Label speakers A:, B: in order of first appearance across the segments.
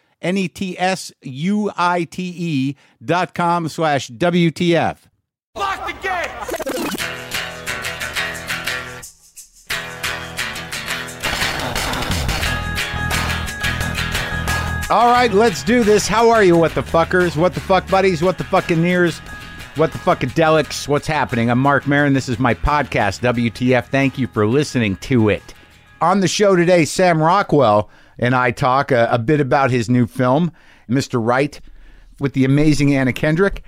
A: N E T S U I T E dot com slash WTF.
B: Lock the gate!
A: All right, let's do this. How are you, what the fuckers? What the fuck buddies? What the fucking ears? What the fuckadelics? What's happening? I'm Mark Marin. This is my podcast, WTF. Thank you for listening to it. On the show today, Sam Rockwell and I talk uh, a, a bit about his new film, Mr. Right, with the amazing Anna Kendrick.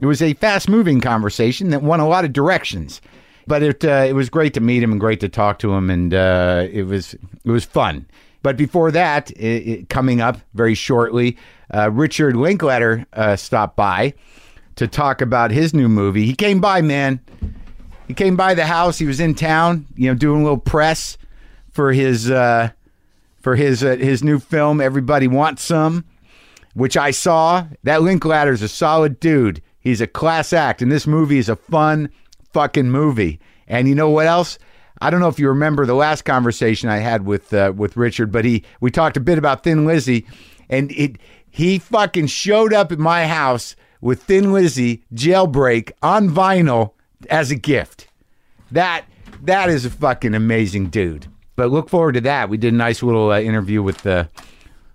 A: It was a fast moving conversation that won a lot of directions. But it uh, it was great to meet him and great to talk to him, and uh, it was it was fun. But before that, i i coming up very shortly, uh, Richard Linkletter uh, stopped by to talk about his new movie. He came by, man. He came by the house. He was in town, you know, doing a little press for his uh, for his uh, his new film. Everybody wants some which I saw. That Linklater's a solid dude. He's a class act, and this movie is a fun fucking movie. And you know what else? I don't know if you remember the last conversation I had with uh, with Richard, but he we talked a bit about Thin Lizzy, and it he fucking showed up at my house with Thin Lizzy Jailbreak on vinyl as a gift. That that is a fucking amazing dude. But look forward to that. We did a nice little uh, interview with uh,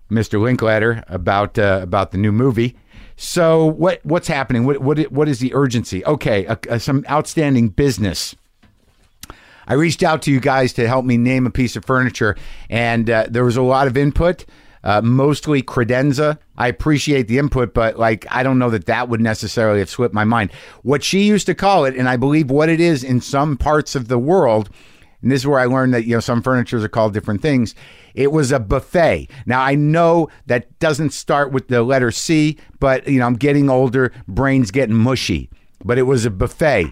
A: Mr. Linklater about uh, about the new movie. So what what's happening? What what i- what is the urgency? Okay, uh, uh, some outstanding business. I reached out to you guys to help me name a piece of furniture, and uh, there was a lot of input, uh, mostly credenza. I appreciate the input, but like I don't know that that would necessarily have slipped my mind. What she used to call it, and I believe what it is in some parts of the world, and this is where I learned that you know some furnitures are called different things. It was a buffet. Now I know that doesn't start with the letter C, but you know I'm getting older, brain's getting mushy. But it was a buffet.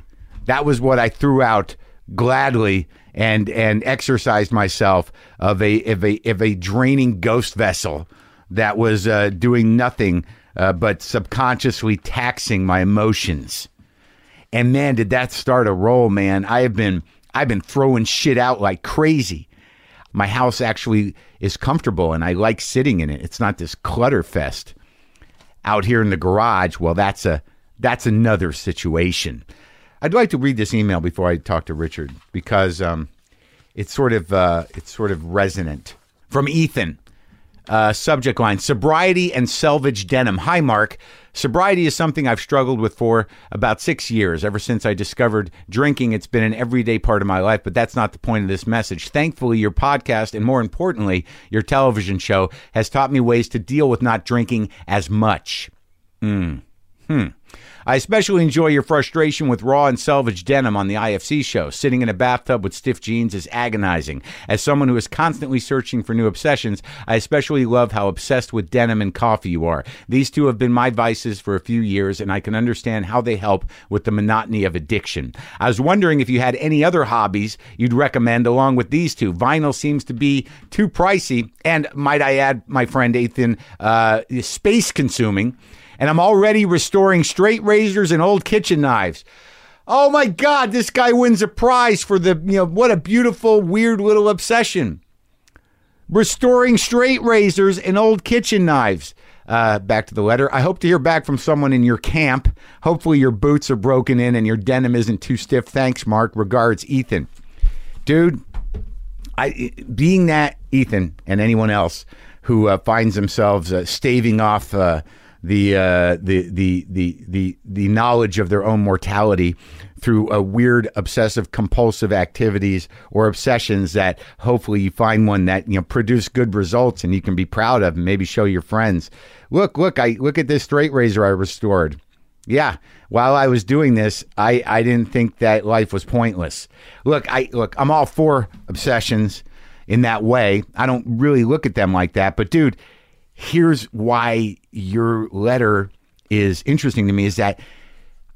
A: That was what I threw out gladly and and exercised myself of a of a of a draining ghost vessel that was uh, doing nothing uh, but subconsciously taxing my emotions. And man, did that start a roll, man. I have been I've been throwing shit out like crazy. My house actually is comfortable and I like sitting in it. It's not this clutter fest out here in the garage. Well, that's a that's another situation. I'd like to read this email before I talk to Richard because um, it's sort of uh, it's sort of resonant from Ethan uh, subject line sobriety and selvage denim. Hi, Mark. Sobriety is something I've struggled with for about six years. Ever since I discovered drinking, it's been an everyday part of my life, but that's not the point of this message. Thankfully, your podcast and more importantly, your television show has taught me ways to deal with not drinking as much. I especially enjoy your frustration with raw and salvage denim on the IFC show. Sitting in a bathtub with stiff jeans is agonizing. As someone who is constantly searching for new obsessions, I especially love how obsessed with denim and coffee you are. These two have been my vices for a few years, and I can understand how they help with the monotony of addiction. I was wondering if you had any other hobbies you'd recommend along with these two. Vinyl seems to be too pricey, and might I add, my friend Ethan, uh, space consuming and I'm already restoring straight razors and old kitchen knives. Oh my God, this guy wins a prize for the, you know, what a beautiful, weird little obsession. Restoring straight razors and old kitchen knives. Uh, back to the letter. I hope to hear back from someone in your camp. Hopefully, your boots are broken in and your denim isn't too stiff. Thanks, Mark. Regards, Ethan. Dude, I being that Ethan and anyone else who uh, finds themselves uh, staving off uh, the uh, the the the the the knowledge of their own mortality through a weird obsessive compulsive activities or obsessions that hopefully you find one that you know produce good results and you can be proud of and maybe show your friends. Look, look, I look at this straight razor I restored. Yeah, while I was doing this, I I didn't think that life was pointless. Look, I look, I'm all for obsessions in that way. I don't really look at them like that, but dude, here's why your letter is interesting to me is that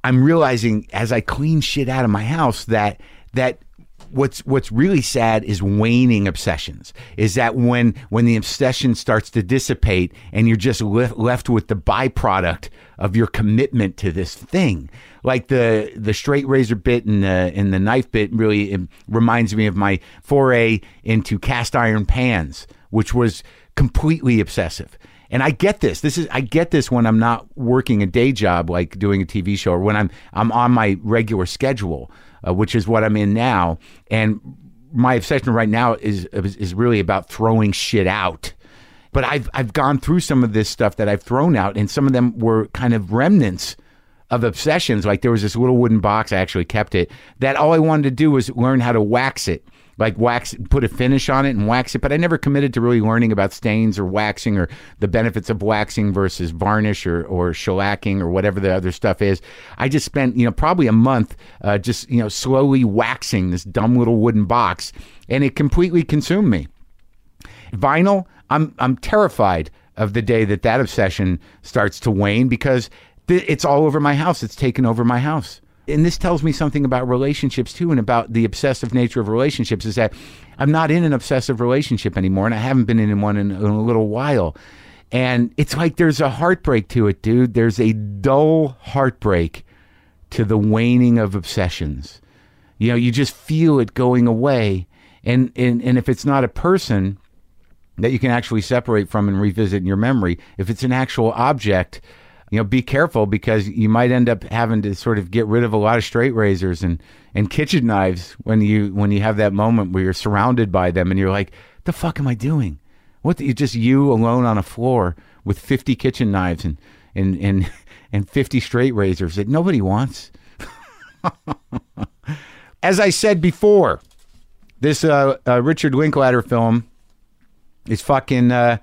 A: I'm realizing as I clean shit out of my house that that what's what's really sad is waning obsessions is that when when the obsession starts to dissipate and you're just lef- left with the byproduct of your commitment to this thing like the the straight razor bit and the and the knife bit really um, reminds me of my foray into cast iron pans which was completely obsessive and I get this. This is I get this when I'm not working a day job like doing a TV show or when I'm I'm on my regular schedule, uh, which is what I'm in now. And my obsession right now is is is really about throwing shit out. But I've I've gone through some of this stuff that I've thrown out, and some of them were kind of remnants of obsessions. Like there was this little wooden box I actually kept it that all I wanted to do was learn how to wax it like wax put a finish on it and wax it but i never committed to really learning about stains or waxing or the benefits of waxing versus varnish or, or shellacking or whatever the other stuff is i just spent you know probably a month uh, just you know slowly waxing this dumb little wooden box and it completely consumed me vinyl i'm i'm terrified of the day that that obsession starts to wane because th- it's all over my house it's taken over my house and this tells me something about relationships too and about the obsessive nature of relationships is that I'm not in an obsessive relationship anymore and I haven't been in one in, in a little while. And it's like there's a heartbreak to it, dude. There's a dull heartbreak to the waning of obsessions. You know, you just feel it going away. And and, and if it's not a person that you can actually separate from and revisit in your memory, if it's an actual object, you know, be careful because you might end up having to sort of get rid of a lot of straight razors and and kitchen knives when you when you have that moment where you're surrounded by them and you're like, the fuck am I doing? What the, you just you alone on a floor with 50 kitchen knives and and and and 50 straight razors that nobody wants. As I said before, this uh, uh, Richard Linklater film is fucking uh,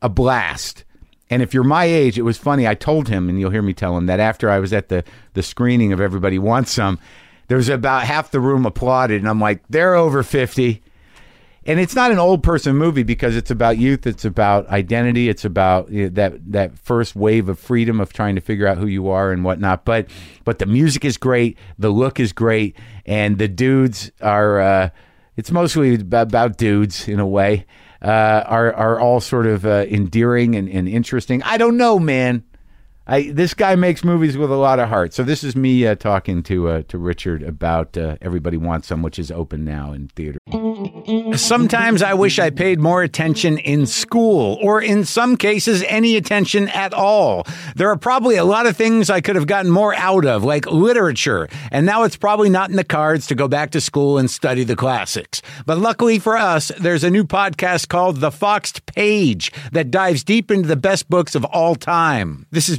A: a blast. And if you're my age, it was funny. I told him, and you'll hear me tell him that after I was at the the screening of Everybody Wants Some, there was about half the room applauded, and I'm like, they're over fifty. And it's not an old person movie because it's about youth, it's about identity, it's about you know, that that first wave of freedom of trying to figure out who you are and whatnot. But but the music is great, the look is great, and the dudes are. Uh, it's mostly about, about dudes in a way uh, are are all sort of uh, endearing and, and interesting. I don't know, man. I this guy makes movies with a lot of heart. So this is me uh, talking to uh, to Richard about uh, Everybody Wants Some, which is open now in theater. Sometimes I wish I paid more attention in school, or in some cases, any attention at all. There are probably a lot of things I could have gotten more out of, like literature, and now it's probably not in the cards to go back to school and study the classics. But luckily for us, there's a new podcast called The Foxed Page that dives deep into the best books of all time. This is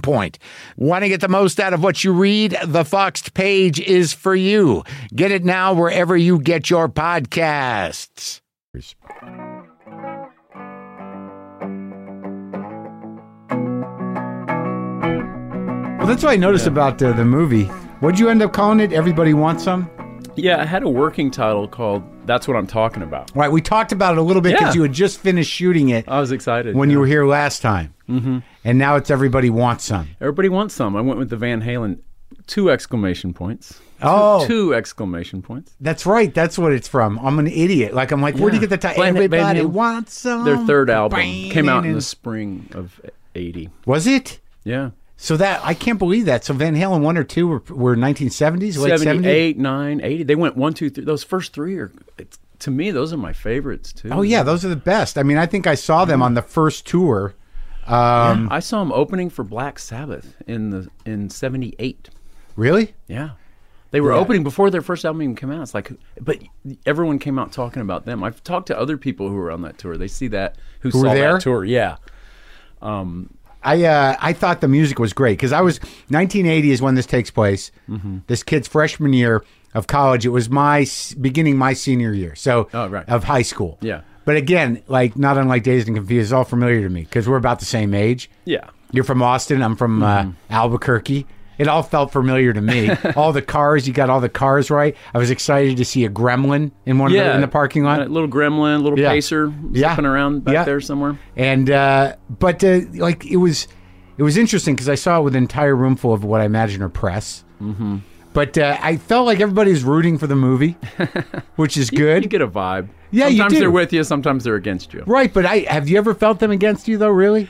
A: point. Want to get the most out of what you read? The Foxed Page is for you. Get it now wherever you get your podcasts. Well, that's what I noticed about uh, the movie. What'd you end up calling it? Everybody wants some.
C: Yeah, I had a working title called That's What I'm Talking About.
A: Right. We talked about it a little bit because
C: Yeah.
A: you had just finished shooting it
C: I was excited.
A: when
C: yeah.
A: you were here last time, mm-hmm. and now it's everybody wants some.
C: Everybody wants some. I went with the Van Halen two exclamation points.
A: Oh.
C: Two exclamation points.
A: That's right. That's what it's from. I'm an idiot. Like I'm like, where do you
C: Yeah.
A: get the title?
C: Blame it, blame
A: Everybody
C: it.
A: wants some.
C: Their third album
A: Bang,
C: came out in
A: and-
C: the spring of 80.
A: Was it?
C: Yeah.
A: So that I can't believe that. So Van Halen one or two were, were 1970s, late 70s.
C: 78, 9, 80. They went one, two, three. Those first three are, it's, to me, those are my favorites too.
A: Oh yeah, those are the best. I mean, I think I saw
C: Mm-hmm.
A: them on the first tour. Um,
C: I saw them opening for Black Sabbath in the in '78.
A: Really?
C: Yeah, they were opening before their first album even came out. It's like, but everyone came out talking about them. I've talked to other people who were on that tour. They see that who,
A: were
C: saw
A: there?
C: that tour. Yeah,
A: I uh, I thought the music was great because I was 1980 is when this takes place.
C: Mm-hmm.
A: This kid's freshman year of college. It was my s- beginning my senior year, so
C: Oh, right.
A: of high school.
C: Yeah.
A: But again, like not unlike Dazed and Confused, it's all familiar to me because we're about the same age.
C: yeah. Mm-hmm.
A: You're from Austin. I'm from uh, Albuquerque. It all felt familiar to me. all the cars. You got all the cars right. I was excited to see a gremlin in one of the-
C: Yeah,
A: in the parking lot.
C: A little Gremlin, little
A: Yeah.
C: Pacer,
A: Yeah.
C: zipping around back
A: Yeah.
C: there somewhere.
A: and uh, but uh, like it was it was interesting because I saw it with an entire room full of what I imagine are press. Mm-hmm. But uh, I felt like everybody was rooting for the movie, which is good,
C: You get a vibe.
A: Yeah, you
C: sometimes
A: do.
C: they're with you, sometimes they're against you.
A: right? But I have you ever felt them against you though? Really?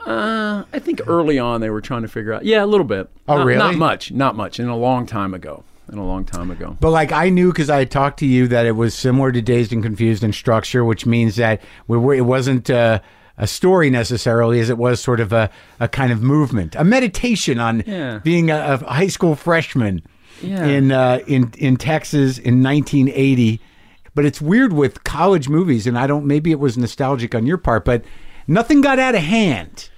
C: Uh, I think early on they were trying to figure out. Yeah, a little bit.
A: Oh,
C: Not-
A: really?
C: Not much. Not much. In a long time ago. In a long time ago.
A: But like I knew because I had talked to you that it was similar to Dazed and Confused in structure, which means that we were, it wasn't uh, a story necessarily, as it was sort of a, a kind of movement, a meditation on
C: Yeah.
A: being a, a high school freshman
C: Yeah.
A: in uh, in in Texas in 1980. But it's weird with college movies, and I don't. Maybe it was nostalgic on your part, but nothing got out of hand.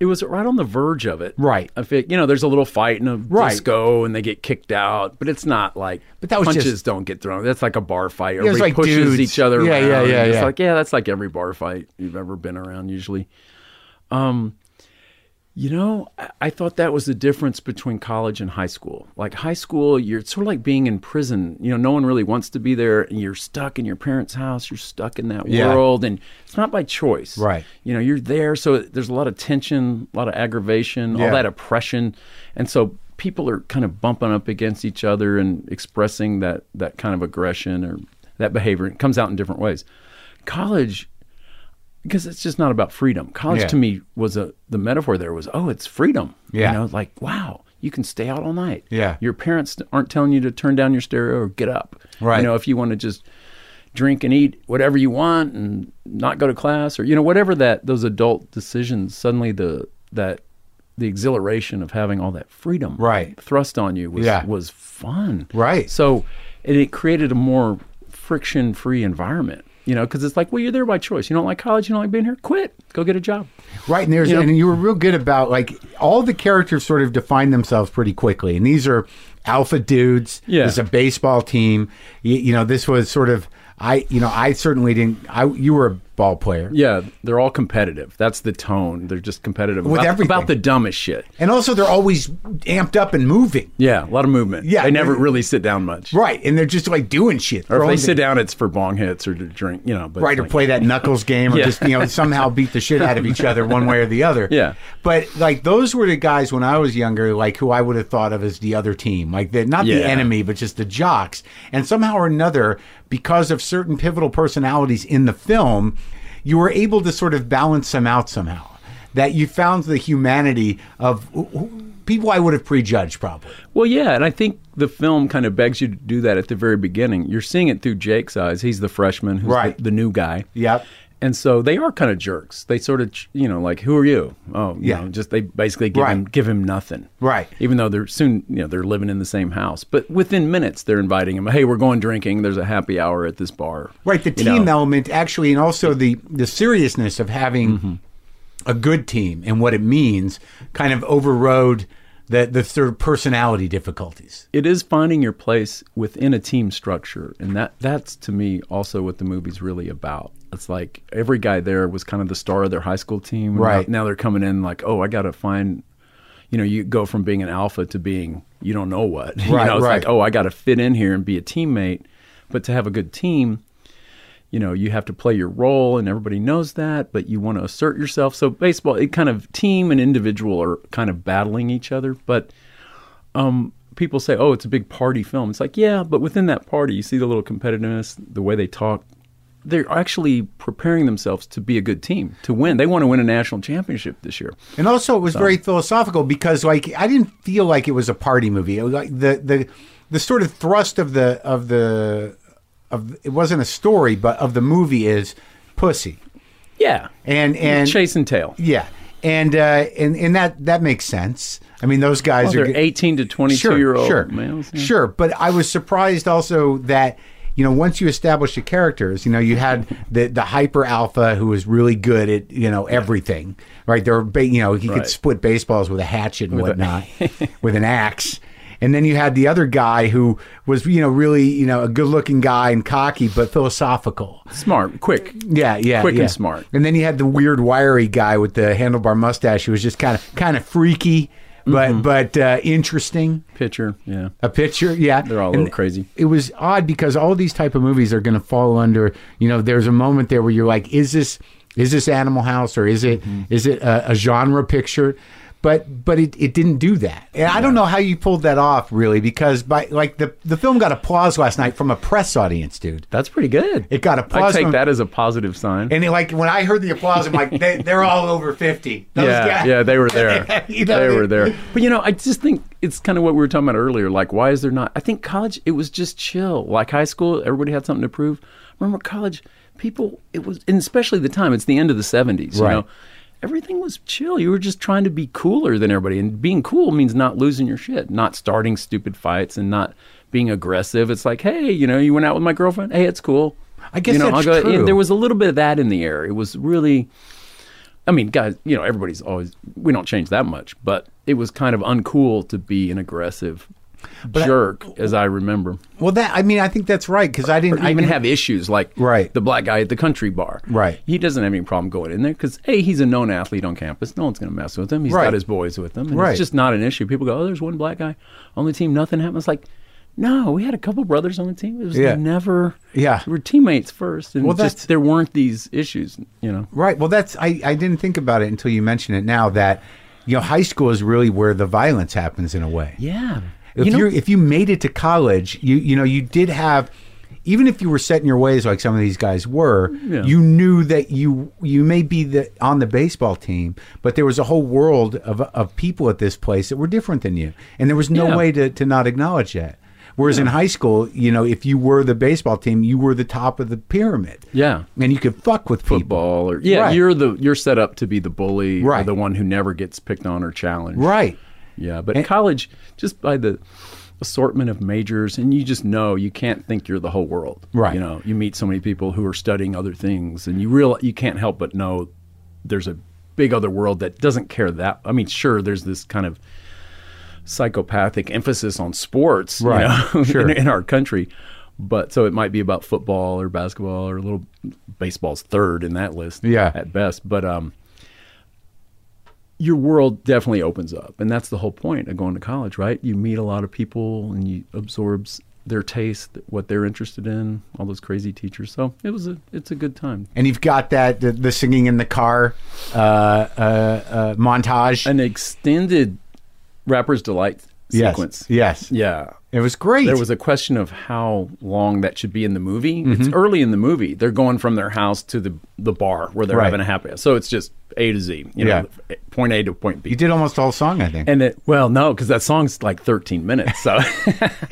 C: It was right on the verge of it.
A: Right.
C: If it, you know, there's a little fight in a
A: Right.
C: disco and they get kicked out, but it's not like
A: But that was
C: punches
A: just-
C: don't get thrown. That's like a bar fight.
A: was
C: Everybody
A: like
C: pushes
A: dudes.
C: each other
A: Yeah,
C: around.
A: yeah, yeah,
C: It's
A: yeah.
C: like, yeah, that's like every bar fight you've ever been around usually. Um, you know, I, I thought that was the difference between college and high school. Like high school, you're it's sort of like being in prison. You know, no one really wants to be there, and you're stuck in your parents' house. You're stuck in that
A: Yeah.
C: world, and it's not by choice.
A: Right.
C: You know, you're there, so there's a lot of tension, a lot of aggravation,
A: Yeah.
C: all that oppression, and so people are kind of bumping up against each other and expressing that that kind of aggression or that behavior. It comes out in different ways. College, because it's just not about freedom. College
A: Yeah.
C: to me was a the metaphor there was oh it's freedom.
A: Yeah.
C: You know, like wow you can stay out all night.
A: Yeah.
C: Your parents aren't telling you to turn down your stereo or get up.
A: Right.
C: You know if you want to just drink and eat whatever you want and not go to class or you know whatever that those adult decisions suddenly the that the exhilaration of having all that freedom
A: Right.
C: thrust on you was
A: Yeah.
C: was fun
A: Right.
C: so and it created a more friction free environment you know because it's like well you're there by choice you don't like college you don't like being here quit go get a job
A: Right, and there's
C: You know?
A: and you were real good about like all the characters sort of define themselves pretty quickly, and these are alpha dudes.
C: Yeah.
A: there's a baseball team. You, you know, this was sort of I. You know, I certainly didn't. I you were a ball player,
C: yeah they're all competitive that's the tone they're just competitive
A: With
C: about,
A: everything.
C: about the dumbest shit
A: and also they're always amped up and moving.
C: yeah a lot of movement
A: Yeah,
C: they never
A: they're-
C: really sit down much
A: Right, and they're just like doing shit.
C: or if
A: throwing
C: they sit
A: things-
C: down it's for bong hits or to drink you know but
A: Right, or
C: like-
A: play that knuckles game, or
C: Yeah.
A: just you know somehow beat the shit out of each other one way or the other.
C: Yeah.
A: but like those were the guys when I was younger, like who I would have thought of as the other team, like the, not the
C: Yeah.
A: enemy, but just the jocks. And somehow or another, because of certain pivotal personalities in the film, you were able to sort of balance them out somehow. That you found the humanity of who- who- people I would have prejudged probably.
C: Well, yeah, and I think the film kind of begs you to do that at the very beginning. You're seeing it through Jake's eyes. He's the freshman, who's
A: Right.
C: the, the new guy.
A: Yep.
C: And so they are kind of jerks. They sort of, ch- you know, like, who are you? Oh, you
A: Yeah.
C: know, just they basically give him
A: Right.
C: give him nothing.
A: Right.
C: Even though they're soon, you know, they're living in the same house. But within minutes, they're inviting him. Hey, we're going drinking. There's a happy hour at this bar.
A: Right, the
C: You
A: team
C: know?
A: element actually, and also the the seriousness of having
C: Mm-hmm.
A: a good team and what it means, kind of overrode the the sort of personality difficulties.
C: it is finding your place within a team structure and that that's to me also what the movie's really about it's like every guy there was kind of the star of their high school team and
A: Right.
C: now, now they're coming in like oh i gotta find you know you go from being an alpha to being you don't know what you
A: Right,
C: know it's
A: right.
C: like oh i gotta fit in here and be a teammate but to have a good team you know you have to play your role and everybody knows that but you want to assert yourself so baseball it kind of team and individual are kind of battling each other but um, people say, "Oh, it's a big party film." It's like, yeah, but within that party, you see the little competitiveness, the way they talk, they're actually preparing themselves to be a good team to win. They want to win a national championship this year.
A: And also, it was very philosophical because, like, I didn't feel like it was a party movie. It was like the the the sort of thrust of the of the of it wasn't a story, but of the movie is pussy
C: Yeah,
A: and and
C: chase and tail.
A: yeah, and uh, and and that that makes sense. I mean, those guys
C: Well,
A: are
C: they're
A: g-
C: eighteen to twenty-two year old
A: sure,
C: males. yeah.
A: Sure, but I was surprised also that you know once you establish the characters, you know you had the the hyper alpha who was really good at you know everything, right? There were ba- you know he could
C: Right.
A: split baseballs with a hatchet and whatnot, with an axe. And then you had the other guy who was, you know, really, you know, a good-looking guy and cocky, but philosophical.
C: smart, quick.
A: Yeah, yeah,
C: Quick and
A: yeah.
C: smart.
A: And then you had the weird wiry guy with the handlebar mustache who was just kind of kind of freaky, but
C: Mm-hmm.
A: but uh, interesting
C: pitcher. Yeah,
A: a picture yeah
C: They're all a little crazy.
A: it was odd because all these type of movies are going to fall under you know there's a moment there where you're like is this is this animal house or is it is it a, a genre picture but but it, it didn't do that and i don't know how you pulled that off really because by like the the film got applause last night from a press audience dude
C: that's pretty good.
A: it got
C: I
A: applause
C: take
A: from-
C: that as a positive sign.
A: and it, like when i heard the applause i'm like they, they're all over 50 Those
C: yeah,
A: guys-
C: yeah, they were there.
A: You know,
C: they
A: they-
C: were there. But you know, I just think it's kind of what we were talking about earlier. Like, why is there not? I think college, it was just chill. Like high school, everybody had something to prove. Remember college, people, it was, and especially the time. It's the end of the seventies.
A: Right.
C: You know, everything was chill. You were just trying to be cooler than everybody, and being cool means not losing your shit, not starting stupid fights, and not being aggressive. It's like, hey, you know, you went out with my girlfriend. Hey, it's cool.
A: I guess
C: you know,
A: that's
C: I'll go,
A: true.
C: There was a little bit of that in the air. It was really. I mean, guys, you know, everybody's always, we don't change that much, but it was kind of uncool to be an aggressive jerk, as I remember.
A: well that i mean i think that's right because i didn't
C: I even have issues like
A: Right.
C: the black guy at the country bar.
A: Right.
C: He doesn't have any problem going in there because, A, he's a known athlete on campus. No one's going to mess with him. He's
A: Right.
C: got his boys with him. And
A: Right.
C: It's just not an issue. People go, oh, there's one black guy on the team. Nothing happens. It's Like, no, we had a couple brothers on the team. It was
A: Yeah.
C: never,
A: Yeah.
C: we were teammates first. And
A: Well, that's-
C: just, there weren't these issues, you know.
A: Right. Well, that's I, I didn't think about it until you mention it now that you know high school is really where the violence happens in a way.
C: Yeah.
A: If
C: you
A: you
C: know,
A: are if you made it to college, you you know you did have even if you were set in your ways like some of these guys were,
C: Yeah.
A: you knew that you you may be the on the baseball team, but there was a whole world of of people at this place that were different than you, and there was no
C: Yeah.
A: way to to not acknowledge that. Whereas in high school, you know, if you were the baseball team, you were the top of the pyramid.
C: Yeah.
A: and you could fuck with people.
C: football or yeah,
A: Right.
C: you're the you're set up to be the bully or
A: Right.
C: the one who never gets picked on or challenged.
A: Right.
C: Yeah, but college just by the assortment of majors and you just know you can't think you're the whole world.
A: Right.
C: You know, you meet so many people who are studying other things and you real you can't help but know there's a big other world that doesn't care that I mean, sure there's this kind of psychopathic emphasis on sports you
A: Right.
C: know,
A: Sure.
C: in, in our country. But so it might be about football or basketball or a little baseball's third in that list
A: Yeah.
C: at best. But um, your world definitely opens up, and that's the whole point of going to college, right? You meet a lot of people and you absorbs their taste, what they're interested in, all those crazy teachers. So it was a it's a good time.
A: and you've got that the, the singing in the car uh, uh, uh, montage.
C: An extended Rapper's Delight
A: yes,
C: sequence.
A: yes,
C: Yeah.
A: it was great.
C: There was a question of how long that should be in the movie. It's
A: Mm-hmm.
C: early in the movie. They're going from their house to the the bar where they're
A: Right.
C: having a happy. So it's just A to Z, you know, point A to point B.
A: you did almost the whole song, I think.
C: And it, well, no, because that song's like 13 minutes. So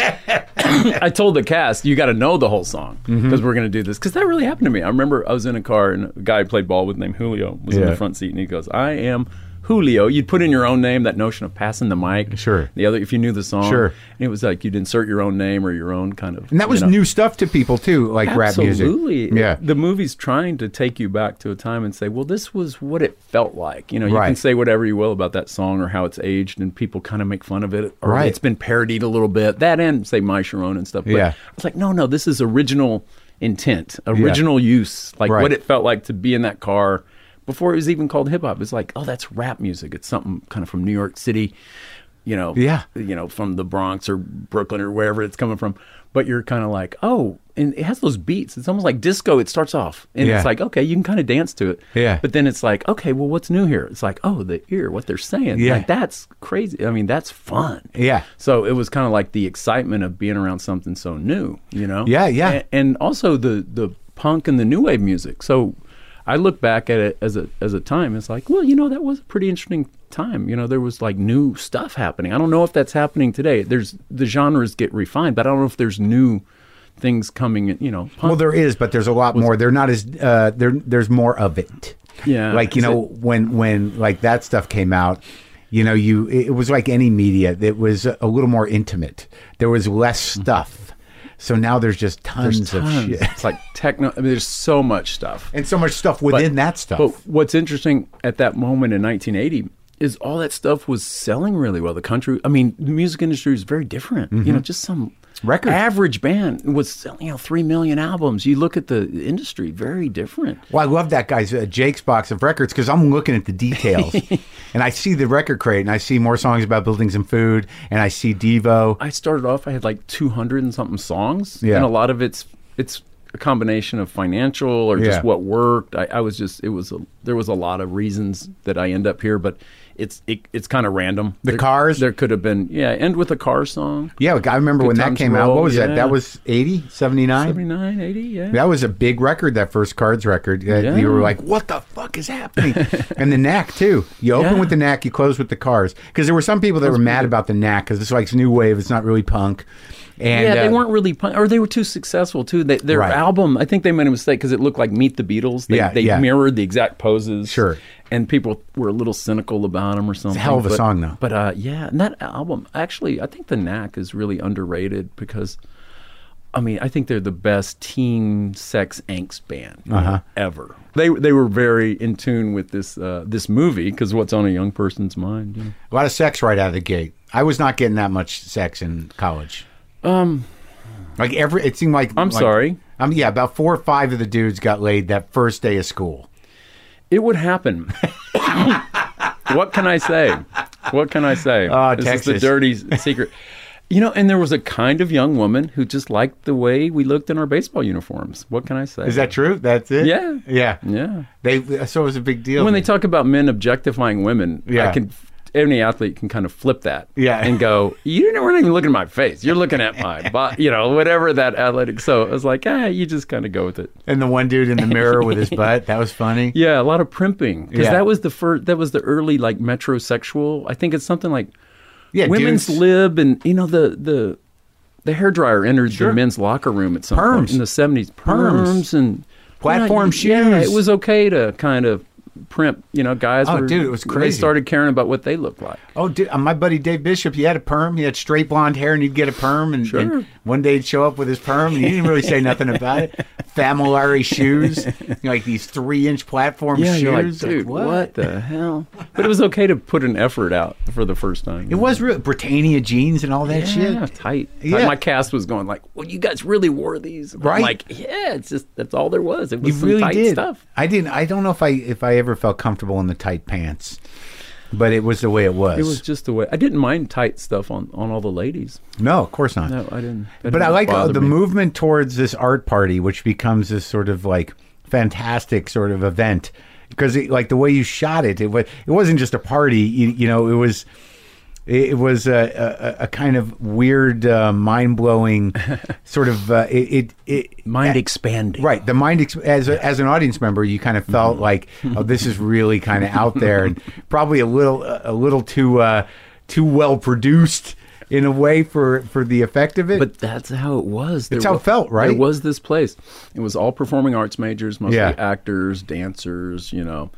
C: I told the cast, you got to know the whole song because
A: Mm-hmm.
C: we're going to do this. Because that really happened to me. I remember I was in a car and a guy I played ball with named Julio was in
A: Yeah.
C: the front seat and he goes, I am Julio. You'd put in your own name, that notion of passing the mic.
A: Sure.
C: The other, if you knew the song.
A: Sure.
C: And it was like you'd insert your own name or your own kind of.
A: And that was
C: you know.
A: new stuff to people too, like rap
C: Absolutely.
A: music. Yeah,
C: The movie's trying to take you back to a time and say, well, this was what it felt like. You know, you can
A: Right.
C: say whatever you will about that song or how it's aged, and people kind of make fun of it. Or
A: Right.
C: It's been parodied a little bit. That and, say, My Sharon and stuff. But
A: Yeah.
C: It's like, no, no, this is original intent, original use, like
A: Right.
C: what it felt like to be in that car before it was even called hip hop. It's like, oh, that's rap music. It's something kind of from New York City. You know,
A: Yeah.
C: you know, from the Bronx or Brooklyn or wherever it's coming from. But you're kind of like, oh, and it has those beats. It's almost like disco. It starts off, and
A: Yeah.
C: it's like, okay, you can kind of dance to it.
A: Yeah.
C: But then it's like, okay, well, what's new here? It's like, oh, the ear, what they're saying.
A: Yeah.
C: Like, that's crazy. I mean, that's fun.
A: Yeah.
C: So it was kind of like the excitement of being around something so new, you know?
A: Yeah, yeah.
C: A- And, also the the punk and the new wave music. So I look back at it as a as a time. It's like, well, you know, that was a pretty interesting time. You know, there was like new stuff happening. I don't know if that's happening today. There's the genres get refined, but I don't know if there's new things coming. in, You know, punk.
A: Well, there is, but there's a lot more. They're not as uh, there. There's more of it.
C: Yeah.
A: like you
C: Is
A: know when when like that stuff came out, you know, you it it was like any media. It was a little more intimate. There was less stuff. So now there's just tons, of
C: Tons.
A: shit
C: It's like techno. I mean, there's so much stuff.
A: and so much stuff within that stuff.
C: But what's interesting at that moment in 1980 is all that stuff was selling really well. The country, I mean, the music industry is very different. You know, just some
A: Mm-hmm. Record.
C: average band was selling out three million albums. You look at the industry, very different.
A: Well, I love that guy's uh, Jake's box of records because I'm looking at the details, and I see the record crate, and I see more songs about buildings and food, and I see Devo.
C: I started off, I had like 200 and something songs,
A: Yeah.
C: and a lot of it's it's a combination of financial or
A: Yeah.
C: just what worked. I, I was just it was a, there was a lot of reasons that I end up here, but it's it, it's kind of random.
A: The
C: There-
A: Cars?
C: there could have been yeah, end with a car song.
A: Yeah, I remember
C: Good
A: when that
C: Times
A: came out.
C: Roll,
A: What was that?
C: yeah.
A: That was 80, 79?
C: 79, 80, yeah.
A: That was a big record, that first Cards record. Uh,
C: Yeah.
A: You were like, what the fuck is happening? and the Knack, too. You open
C: Yeah.
A: with the Knack, you close with the Cars. Because there were some people that were mad about the Knack because it's like it's new wave, it's not really punk. And
C: yeah, they
A: uh,
C: weren't really, pun- or they were too successful too. They, their
A: Right.
C: album, I think they made a mistake because it looked like Meet the Beatles. They,
A: Yeah,
C: they
A: yeah.
C: mirrored the exact poses.
A: Sure.
C: And people were a little cynical about them or something.
A: hell of a
C: but-
A: song, though.
C: But uh, yeah, and that album, actually, I think The Knack is really underrated because, I mean, I think they're the best teen sex angst band
A: Uh-huh.
C: ever. They, they were very in tune with this uh, this movie because what's on a young person's mind. You know?
A: A lot of sex right out of the gate. I was not getting that much sex in college. Um, like every, it seemed like
C: I'm
A: like-
C: sorry.
A: Um, yeah, about four or five of the dudes got laid that first day of school.
C: It would happen. what can I say? What can I say?
A: Ah,
C: this
A: Texas.
C: is the dirty s- secret. You know, and there was a kind of young woman who just liked the way we looked in our baseball uniforms. What can I say?
A: Is that true? That's it.
C: Yeah.
A: yeah,
C: yeah?
A: They so it was a big deal.
C: When they talk about men objectifying women,
A: Yeah.
C: I can. Any athlete can kind of flip that,
A: Yeah.
C: and go, "You weren't even looking at my face. You're looking at my, body, you know, whatever that athletic." So I was like, "Ah, you just kind of go with it."
A: and the one dude in the mirror with his butt that was funny.
C: Yeah, a lot of primping because
A: Yeah.
C: that was the first. That was the early like metrosexual. I think it's something like
A: Yeah,
C: women's
A: dudes-
C: lib and you know the the the hairdryer entered the men's locker room at some
A: Perms.
C: point in the seventies.
A: Perms.
C: Perms, and
A: Platform
C: Yeah,
A: shoes.
C: it was okay to kind of primp. You know, guys.
A: Oh,
C: were-
A: dude, it was
C: They
A: crazy.
C: started caring about what they looked like.
A: Oh, dude, uh, my buddy Dave Bishop, he had a perm. He had straight blonde hair, and he'd get a perm. And, and one day he'd show up with his perm, and he didn't really say nothing about it. Familary shoes, like these three-inch platform
C: Yeah,
A: shoes.
C: you're like, dude, what? the hell? But it was okay to put an effort out for the first time.
A: It was real Britannia jeans and all that
C: Yeah,
A: shit.
C: tight.
A: Yeah.
C: My cast was going like, "Well, you guys really wore these, I'm
A: Right.
C: Like, yeah, it's just that's all there was. It
A: You
C: was some
A: really
C: tight
A: did.
C: stuff.
A: I didn't. I don't know if I if I ever felt comfortable in the tight pants, but it was the way it was.
C: It was just the way. I didn't mind tight stuff on on all the ladies.
A: no, of course not.
C: No, I didn't. that
A: but I
C: didn't
A: like uh,
C: bother
A: the
C: me.
A: movement towards this art party, which becomes this sort of like fantastic sort of event because like the way you shot it, it was it wasn't just a party. You, you know, it was it it was a, a, a kind of weird, uh, mind blowing sort of uh, it, it, it
C: mind expanding.
A: Right, the mind ex- as a, as an audience member, you kind of
C: Mm-hmm.
A: felt like, oh, this is really kind of out there, and probably a little a little too uh, too well produced in a way for for the effect of it.
C: But that's how it was. There
A: It's how it
C: wa-
A: felt, right?
C: There was this place. It was all performing arts majors, mostly
A: Yeah.
C: actors, dancers. You know,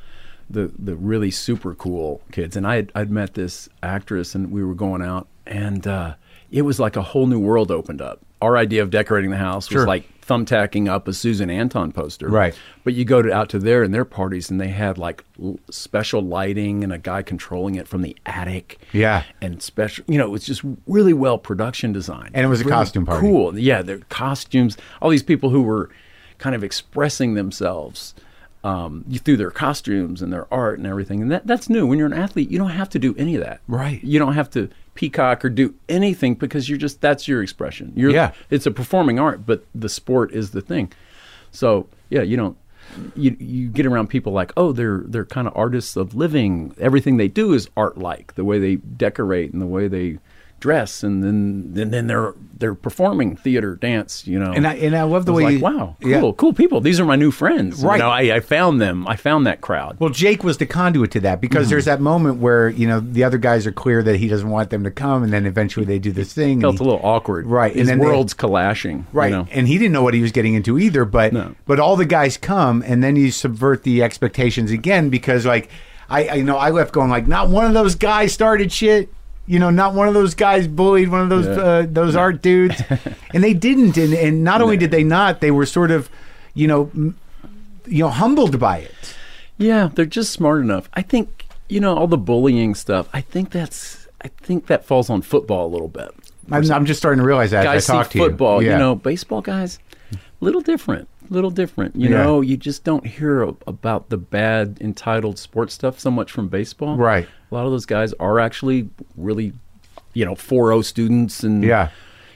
C: the the really super cool kids. And I had, I'd met this actress, and we were going out, and uh, it was like a whole new world opened up. Our idea of decorating the house was
A: Sure.
C: like thumbtacking up a Susan Anton poster,
A: Right.
C: But you go to, out to there and their parties, and they had like l- special lighting and a guy controlling it from the attic,
A: Yeah.
C: and special. You know, it was just really well production design
A: And it was a
C: really
A: costume party.
C: Cool. Yeah, their costumes. All these people who were kind of expressing themselves um, through their costumes and their art and everything. And that, that's new. When you're an athlete, you don't have to do any of that.
A: Right.
C: You don't have to peacock or do anything because you're just that's your expression. You're,
A: Yeah.
C: It's a performing art, but the sport is the thing. So yeah, you don't. You, you get around people like oh they're they're kind of artists of living everything they do is art like the way they decorate and the way they dress, and then then then they're they're performing theater dance. You know,
A: And I and I love the
C: was
A: way
C: like,
A: you,
C: wow, cool,
A: Yeah.
C: cool people. These are my new friends. You
A: Right.
C: know, I, I found them. I found that crowd.
A: Well, Jake was the conduit to that
C: Mm-hmm.
A: because there's that moment where you know the other guys are clear that he doesn't want them to come, and then eventually they do this thing. and
C: felt
A: he-
C: a little awkward.
A: Right, and
C: His
A: then they-
C: world's collashing.
A: Right,
C: You know?
A: and he didn't know what he was getting into either. But
C: No.
A: but all the guys come, and then you subvert the expectations again because like I, I you know I left going like not one of those guys started shit. You know, not one of those guys bullied one of those
C: Yeah.
A: uh, those art dudes, and they didn't. And and not only did they not, they were sort of, you know, m- you know, humbled by it.
C: Yeah, they're just smart enough. I think you know all the bullying stuff. I think that's. I think that falls on football a little bit.
A: I'm, I'm just starting to realize that
C: Guys
A: as I talk
C: see
A: to
C: football.
A: you. Yeah.
C: know, baseball guys, little different. Little different. You
A: Yeah.
C: know, you just don't hear a- about the bad entitled sports stuff so much from baseball.
A: Right.
C: A lot of those guys are actually really, you know, 4-0 students and
A: Yeah.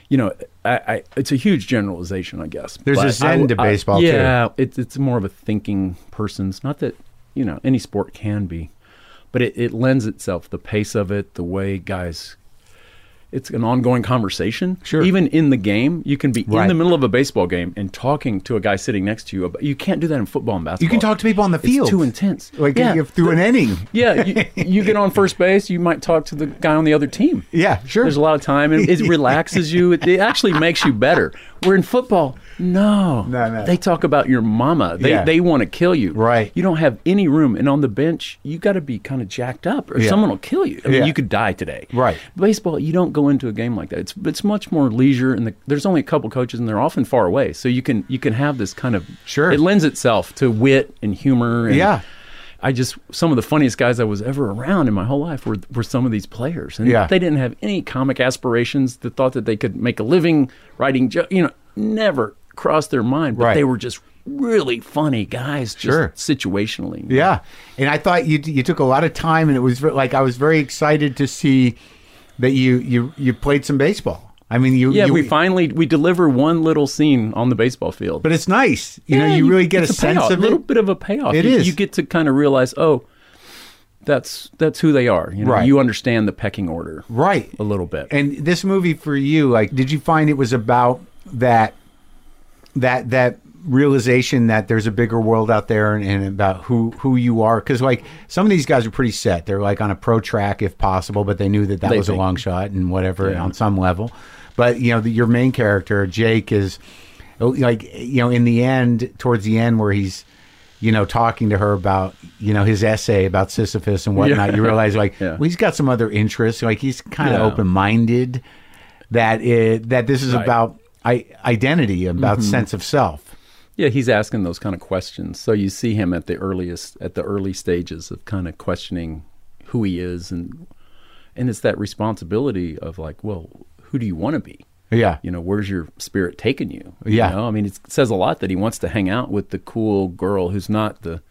C: you know, I, I it's a huge generalization, I guess.
A: There's a
C: but
A: zen
C: I-
A: to
C: I-
A: baseball,
C: yeah, it's it's more of a thinking person's. Not that you know any sport can be, but it, it lends itself. The pace of it, the way guys. It's an ongoing conversation.
A: Sure.
C: Even in the game, you can be
A: Right.
C: in the middle of a baseball game and talking to a guy sitting next to you. About, you can't do that in football and basketball.
A: You can talk to people on the
C: It's
A: field.
C: too intense.
A: Like
C: yeah,
A: if through an inning.
C: yeah. You, you get on first base, you might talk to the guy on the other team.
A: Yeah, sure.
C: There's a lot of time, and it relaxes you. It, it actually makes you better. Where in football, no,
A: No, no.
C: they talk about your mama. They
A: Yeah.
C: they want to kill you.
A: Right.
C: You don't have any room, and on the bench, you got to be kind of jacked up, or
A: Yeah.
C: someone will kill you. I mean,
A: Yeah.
C: you could die today.
A: Right.
C: Baseball, you don't go into a game like that. It's it's much more leisure, and the, there's only a couple coaches, and they're often far away, so you can you can have this kind of
A: Sure.
C: It lends itself to wit and humor. And
A: Yeah.
C: I just some of the funniest guys I was ever around in my whole life were were some of these players, and
A: Yeah.
C: they didn't have any comic aspirations. That thought that they could make a living writing, jo- you know, never crossed their mind. But
A: Right.
C: they were just really funny guys, just
A: Sure.
C: situationally.
A: Yeah, and I thought you you took a lot of time, and it was ver- like I was very excited to see that you you you played some baseball. I mean, you
C: yeah.
A: you, e
C: we finally we deliver one little scene on the baseball field,
A: but it's nice. You know,
C: Yeah,
A: you really get a
C: it's
A: sense
C: payoff,
A: of
C: a little
A: it.
C: bit of a payoff.
A: It
C: you,
A: is.
C: You get to kind of realize, oh, that's that's who they are. You know,
A: Right.
C: you understand the pecking order,
A: right?
C: A little bit.
A: And this movie for you, like, did you find it was about that that that realization that there's a bigger world out there and, and about who who you are? Because like some of these guys are pretty set; they're like on a pro track if possible, but they knew that that
C: They
A: was a
C: think.
A: long shot and whatever
C: Yeah.
A: on some level. But you know, the, your main character Jake is oh, like you know in the end, towards the end, where he's you know talking to her about you know his essay about Sisyphus and whatnot. You realize like
C: Yeah.
A: well, he's got some other interests. Like he's kind of
C: Yeah.
A: open minded. That it, that this is
C: Right. Mm-hmm.
A: about I, identity, about sense of self.
C: Yeah, he's asking those kind of questions. So you see him at the earliest, at the early stages of kind of questioning who he is, and and it's that responsibility of like, well, who do you want to be?
A: Yeah.
C: You know, where's your spirit taking you? You
A: Yeah.
C: know? I mean, it's- it says a lot that he wants to hang out with the cool girl who's not the,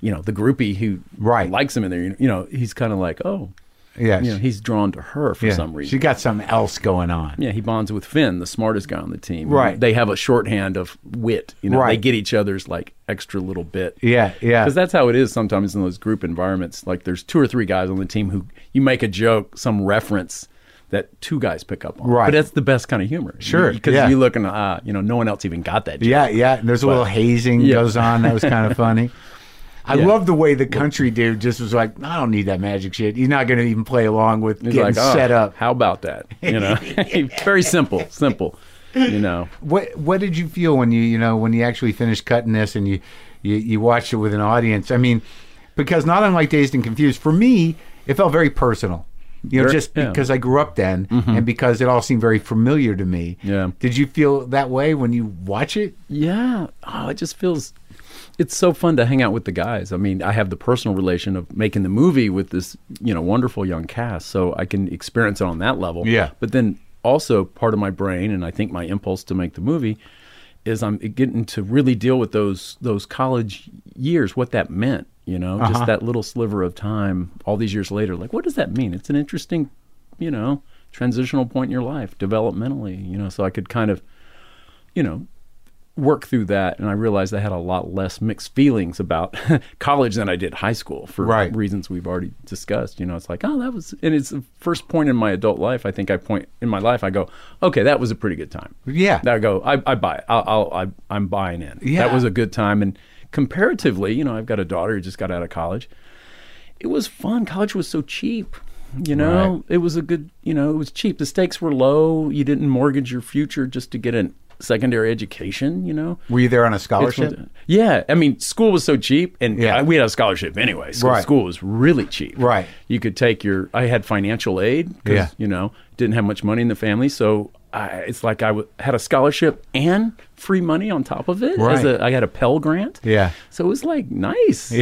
C: you know, the groupie who
A: Right.
C: likes him in there. You you know, he's kind of like, oh,
A: Yes.
C: you know, he's drawn to her for
A: Yeah.
C: some reason.
A: She got something else going on.
C: Yeah, he bonds with Finn, the smartest guy on the team.
A: Right.
C: They have a shorthand of wit. You know, they
A: Right.
C: get each other's like extra little bit.
A: Yeah. Yeah.
C: Because that's how it is sometimes in those group environments. Like there's two or three guys on the team who you make a joke, some reference that two guys pick up on.
A: Right.
C: But that's the best kind of humor.
A: Sure,
C: Because
A: yeah.
C: you look and ah, you know, no one else even got that joke.
A: Yeah, yeah. And there's a little hazing
C: Yeah.
A: goes on. That was kind of funny. I
C: Yeah.
A: love the way the country dude just was like, I don't need that magic shit. He's not going to even play along with
C: He's
A: getting
C: like, "Oh,
A: set up.
C: How about that? You know, very simple, simple. You know,
A: What What did you feel when you you know when you actually finished cutting this and you you, you watched it with an audience? I mean, because not unlike Dazed and Confused, for me, it felt very personal. You know,
C: Very-
A: just
C: yeah. Mm-hmm.
A: because I grew up then and because it all seemed very familiar to me.
C: Yeah.
A: Did you feel that way when you watch it?
C: Yeah. Oh, it just feels it's so fun to hang out with the guys. I mean, I have the personal relation of making the movie with this, you know, wonderful young cast, so I can experience it on that level.
A: Yeah.
C: But then also part of my brain and I think my impulse to make the movie is I'm getting to really deal with those those college years, what that meant, you know, just that little sliver of time all these years later. Like what does that mean? It's an interesting, you know, transitional point in your life developmentally, you know, so I could kind of you know, work through that and I realized I had a lot less mixed feelings about college than I did high school for
A: Right.
C: reasons we've already discussed. You know, it's like, oh, that was, and it's the first point in my adult life. I think I point in my life, I go, okay, that was a pretty good time.
A: Yeah.
C: That I go, I, I buy it. I'll, I'll, I, I'm buying in.
A: Yeah.
C: That was a good time. And comparatively, you know, I've got a daughter who just got out of college. It was fun. College was so cheap. You know, it was a good, you know, it was cheap. The stakes were low. You didn't mortgage your future just to get a secondary education, you know?
A: Were you there on a
C: It's
A: scholarship?
C: one- Yeah, I mean, school was so cheap, and
A: Yeah.
C: I- we had a scholarship anyway. So
A: Right.
C: school was really cheap.
A: Right.
C: You could take your. I had financial aid because
A: Yeah.
C: you know didn't have much money in the family, so I, it's like I w- had a scholarship and free money on top of it.
A: Right.
C: As a, I had a Pell Grant.
A: Yeah.
C: So it was like nice.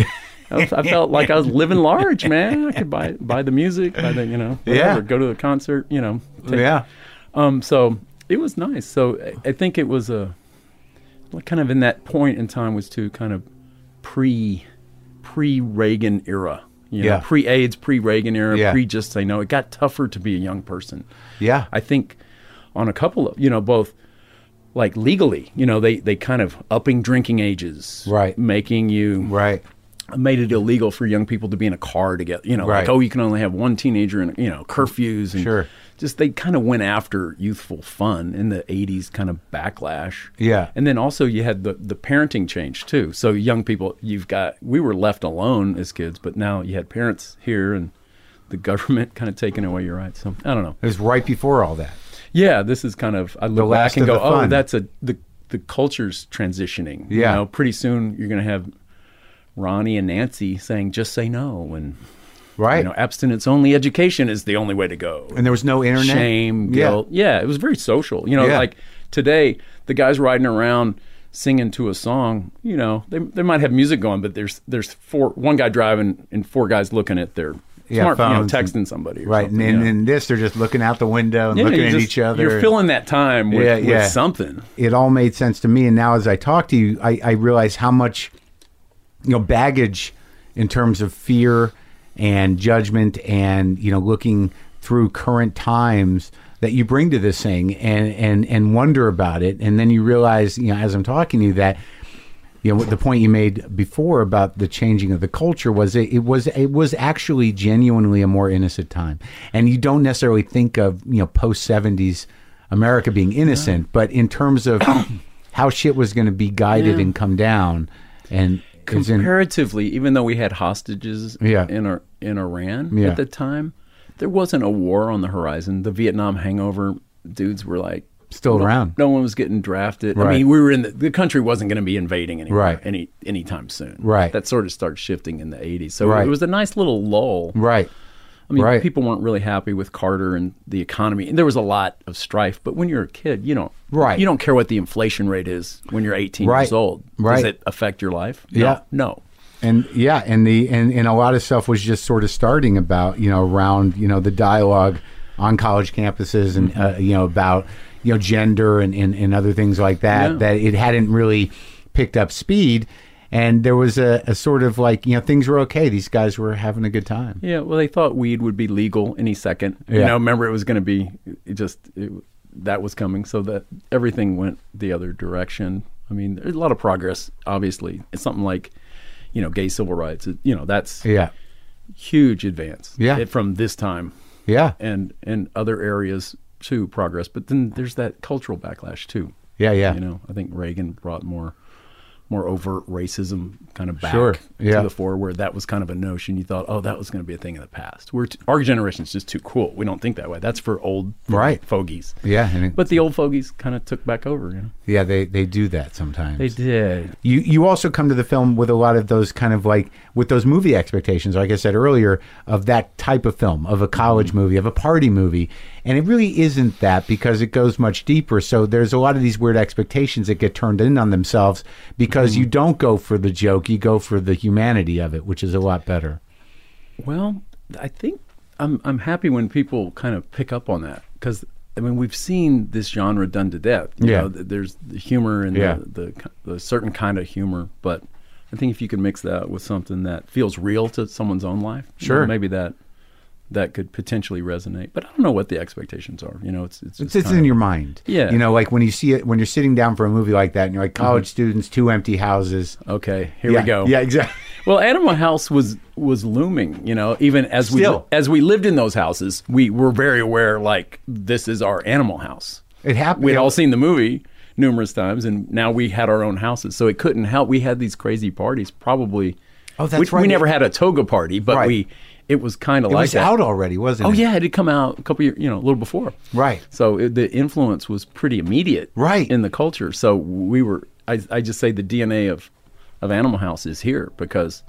C: I, was- I felt like I was living large, man. I could buy buy the music, buy the you know
A: Yeah.
C: whatever, go to the concert, you know. take-
A: yeah.
C: um, so it was nice. So I, I think it was a like kind of in that point in time was to kind of pre pre Reagan era. You
A: Yeah.
C: know, pre AIDS, pre Reagan era,
A: Yeah.
C: pre just say no. It got tougher to be a young person.
A: Yeah.
C: I think on a couple of you know both like legally, you know, they they kind of upping drinking ages,
A: Right.
C: Making you
A: right.
C: made it illegal for young people to be in a car together. You know,
A: Right.
C: like oh, you can only have one teenager, and you know, curfews and
A: Sure.
C: just they kind of went after youthful fun in the '80s, kind of backlash.
A: Yeah.
C: and then also you had the the parenting change too. So young people, you've got we were left alone as kids, but now you had parents here and the government kind of taking away your rights. So I don't know.
A: It was right before all that.
C: Yeah, this is kind of I look
A: last
C: back and
A: of
C: go,
A: the
C: oh,
A: fun."
C: that's a the the culture's transitioning.
A: Yeah.
C: you know, pretty soon you're gonna have Ronnie and Nancy saying just say no, and
A: Right.
C: you know, abstinence only education is the only way to go.
A: and there was no internet.
C: Shame,
A: Yeah.
C: guilt, yeah, it was very social. You know,
A: Yeah.
C: like today the guys riding around singing to a song. You know, they they might have music going, but there's there's four one guy driving and four guys looking at their.
A: Yeah,
C: smart, you know,
A: phones and-
C: texting somebody, or
A: Right. And
C: something,
A: in,
C: yeah.
A: in this, they're just looking out the window and
C: Yeah,
A: looking
C: you
A: at
C: just-
A: each other.
C: You're filling that time with,
A: Yeah,
C: with
A: yeah.
C: something.
A: it all made sense to me. And now as I talk to you, I, I realize how much you know baggage in terms of fear and judgment and you know looking through current times that you bring to this thing and and and wonder about it and then you realize you know as I'm talking to you that you know the point you made before about the changing of the culture was it, it was it was actually genuinely a more innocent time and you don't necessarily think of you know post 70s america being innocent but in terms of how shit was going to be guided
C: Yeah.
A: and come down and it's in-
C: Comparatively, even though we had hostages
A: Yeah.
C: in Ar- in Iran
A: Yeah.
C: at the time, there wasn't a war on the horizon. The Vietnam hangover dudes were like
A: Still
C: no-
A: around.
C: No one was getting drafted. I
A: Right.
C: mean, we were in the, the country wasn't going to be invading anywhere,
A: Right.
C: any anytime soon.
A: Right.
C: That sort of started shifting in the 80s. So
A: Right.
C: it was a nice little lull.
A: right
C: I mean,
A: Right.
C: people weren't really happy with Carter and the economy, and there was a lot of strife. But when you're a kid, you don't
A: Right.
C: You don't care what the inflation rate is when you're 18
A: Right.
C: years old.
A: Right.
C: Does it affect your life?
A: Yeah.
C: No.
A: and yeah and the and, and a lot of stuff was just sort of starting about you know around you know the dialogue on college campuses and
C: Mm-hmm.
A: uh, you know about you know gender and, and and other things like that
C: Yeah.
A: that it hadn't really picked up speed and there was a, a sort of like you know things were okay these guys were having a good time
C: Yeah. Well, they thought weed would be legal any second. You
A: Yeah.
C: know, remember it was going to be it just it, that was coming, so that everything went the other direction. I mean, there's a lot of progress. Obviously, it's something like you know, gay civil rights. It- you know, that's
A: yeah
C: huge advance.
A: Yeah.
C: From this time.
A: yeah
C: and and other areas too progress but then there's that cultural backlash too
A: yeah yeah
C: you know i think reagan brought more more overt racism kind of back
A: Sure, yeah.
C: to the fore where that was kind of a notion you thought oh that was going to be a thing in the past we're t- our generation's just too cool we don't think that way that's for old
A: Right.
C: fogies
A: yeah and it-
C: but the old fogies kind of took back over you know
A: yeah they they do that sometimes
C: did
A: you you also come to the film with a lot of those kind of like with those movie expectations like i said earlier of that type of film of a college
C: Mm-hmm.
A: movie of a party movie and it really isn't that because it goes much deeper so there's a lot of these weird expectations that get turned in on themselves because
C: Mm-hmm.
A: you don't go for the joke you go for the humanity of it which is a lot better
C: Well, I think I'm I'm happy when people kind of pick up on that because I mean we've seen this genre done to death. You
A: Yeah.
C: know, th- there's the humor and
A: Yeah.
C: the, the the certain kind of humor, but I think if you can mix that with something that feels real to someone's own life, you know,
A: Sure.
C: maybe that that could potentially resonate. But I don't know what the expectations are. You know, it's it's,
A: It's,
C: just
A: it's in your mind.
C: Yeah.
A: You know, like when you see it, when you're sitting down for a movie like that and you're like, college students, two empty houses.
C: okay. Here
A: yeah,
C: we go.
A: Yeah, exactly.
C: Well, Animal House was was looming, you know, even as we
A: Still.
C: as we lived in those houses, we were very aware like this is our Animal House.
A: It happened.
C: We'd
A: it-
C: all seen the movie numerous times and now we had our own houses. So it couldn't help we had these crazy parties probably
A: Oh, that's
C: we,
A: right.
C: We never had a toga party, but
A: Right.
C: we it was kind of
A: it
C: like
A: was
C: that.
A: out already, wasn't
C: Oh
A: it?
C: yeah, it had come out a couple years, you know, a little before.
A: Right.
C: So it, the influence was pretty immediate.
A: Right.
C: In the culture, so we were. I, I just say the DNA of of Animal House is here because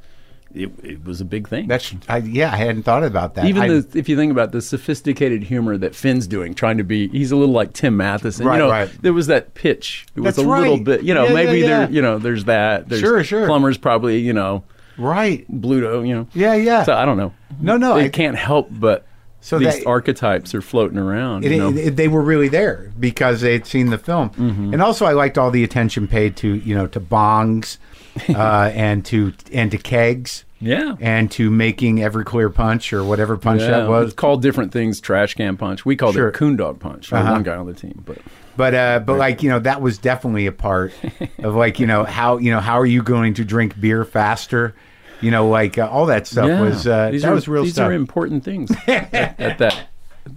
C: it, it was a big thing.
A: That's I, yeah, I hadn't thought about that.
C: even
A: I-
C: the, if you think about the sophisticated humor that Finn's doing, trying to be, he's a little like Tim Matheson.
A: Right,
C: you know,
A: right.
C: there was that pitch. It was
A: That's
C: a little
A: right.
C: bit, you know,
A: Yeah, yeah,
C: maybe
A: yeah.
C: there, you know, there's that. There's
A: Sure, sure.
C: Plumber's probably, you know,
A: right.
C: Bluto, you know.
A: Yeah, yeah.
C: So I don't know.
A: No, no,
C: It
A: I-
C: can't help but
A: So
C: these
A: that-
C: archetypes are floating around.
A: It,
C: you know?
A: it- they were really there because they had seen the film,
C: Mm-hmm.
A: and also I liked all the attention paid to you know to bongs, uh, and to and to kegs,
C: Yeah.
A: and to making Everclear punch or whatever punch
C: Yeah,
A: that was.
C: It's called different things. Trash can punch. We called
A: Sure. Uh-huh.
C: it coon dog punch. Like One guy on the team, but
A: But uh, but like you know that was definitely a part of like you know how you know how are you going to drink beer faster, you know like uh, all that stuff
C: yeah,
A: was uh,
C: these
A: that
C: are,
A: was real
C: These
A: stuff.
C: are important things. at, at that,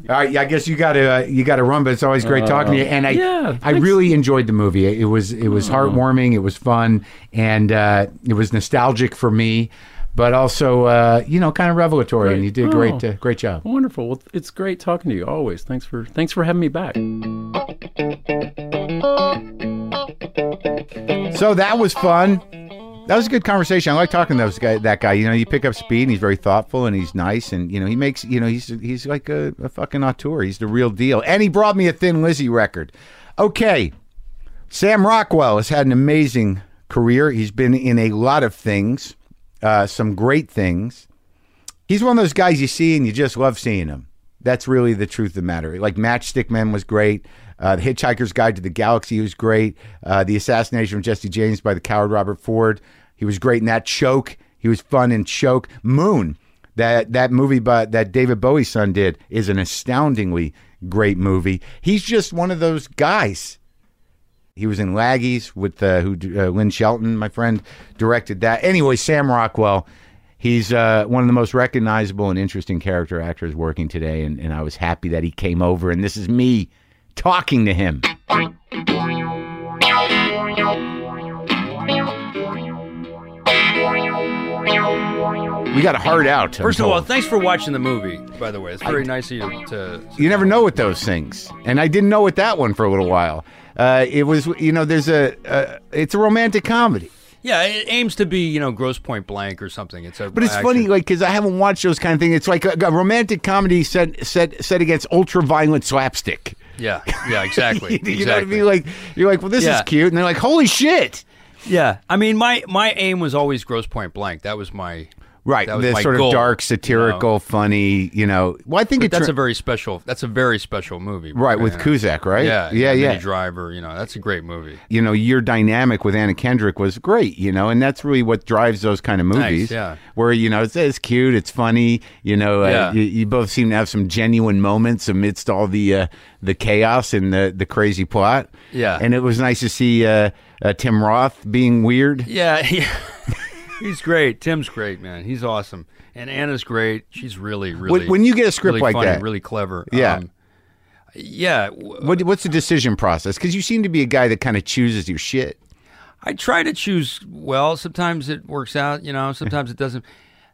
A: All right, yeah, I guess you got to uh, you got to run, but it's always great talking to you. And I
C: Uh, yeah,
A: I
C: thanks. Oh.
A: really enjoyed the movie. It was it was heartwarming. It was fun, and uh, it was nostalgic for me, but also uh, you know kind of revelatory. And you did a great
C: Oh.
A: uh, great job.
C: wonderful. Well, it's great talking to you always. Thanks for thanks for having me back.
A: So that was fun. That was a good conversation. I like talking to those guy, that guy. You know, you pick up speed, and he's very thoughtful, and he's nice, and you know, he makes you know he's he's like a, a fucking auteur. He's the real deal, and he brought me a Thin Lizzy record. Okay, Sam Rockwell has had an amazing career. He's been in a lot of things, uh, some great things. He's one of those guys you see and you just love seeing him. That's really the truth of the matter. Like Matchstick Men was great. Uh, the Hitchhiker's Guide to the Galaxy was great. Uh, the Assassination of Jesse James by the coward Robert Ford. He was great in that. Choke. He was fun in Choke. Moon. That that movie by, that David Bowie's son did is an astoundingly great movie. He's just one of those guys. He was in Laggies with uh, who uh, Lynn Shelton, my friend, directed that. Anyway, Sam Rockwell, he's uh, one of the most recognizable and interesting character actors working today, and, and I was happy that he came over. And this is me talking to him. We got a hard out. I'm
D: First of all,
A: told.
D: thanks for watching the movie. By the way, it's very nice of you to.
A: you never know with those things and i didn't know with that one for a little while uh, it was you know there's a uh, it's a romantic comedy
D: Yeah, it aims to be you know gross point blank or something. It's a.
A: but it's funny like because i haven't watched those kind of things it's like a, a romantic comedy set set set against ultra violent slapstick
D: Yeah, yeah, exactly.
A: you know what i
D: exactly.
A: mean like you're like well this is
D: Yeah.
A: cute and they're like holy shit
D: Yeah, I mean my my aim was always gross point blank. That was my.
A: right
D: That was
A: this
D: my
A: sort
D: goal,
A: of dark satirical funny you know well i think
D: But
A: it's
D: that's a very special. That's a very special movie.
A: right with
D: Yeah.
A: kuzak right
D: Yeah,
A: yeah
D: Mini
A: yeah
D: Driver. You know, that's a great movie.
A: you know your dynamic with Anna Kendrick was great, you know, and that's really what drives those kind of movies.
D: yeah.
A: Where you know it's, it's cute, it's funny, you know, uh,
D: Yeah.
A: you, you both seem to have some genuine moments amidst all the uh, the chaos and the the crazy plot.
D: Yeah.
A: and it was nice to see uh, uh, Tim Roth being weird.
D: Yeah, yeah. He's great. Tim's great, man. He's awesome, and Anna's great. She's really, really.
A: when you get a script
D: really
A: like
D: funny,
A: that-
D: really clever. Um,
A: Yeah.
D: yeah, w-
A: What, what's the decision process? Because you seem to be a guy that kind of chooses your shit.
D: I try to choose well. Sometimes it works out, you know. Sometimes it doesn't.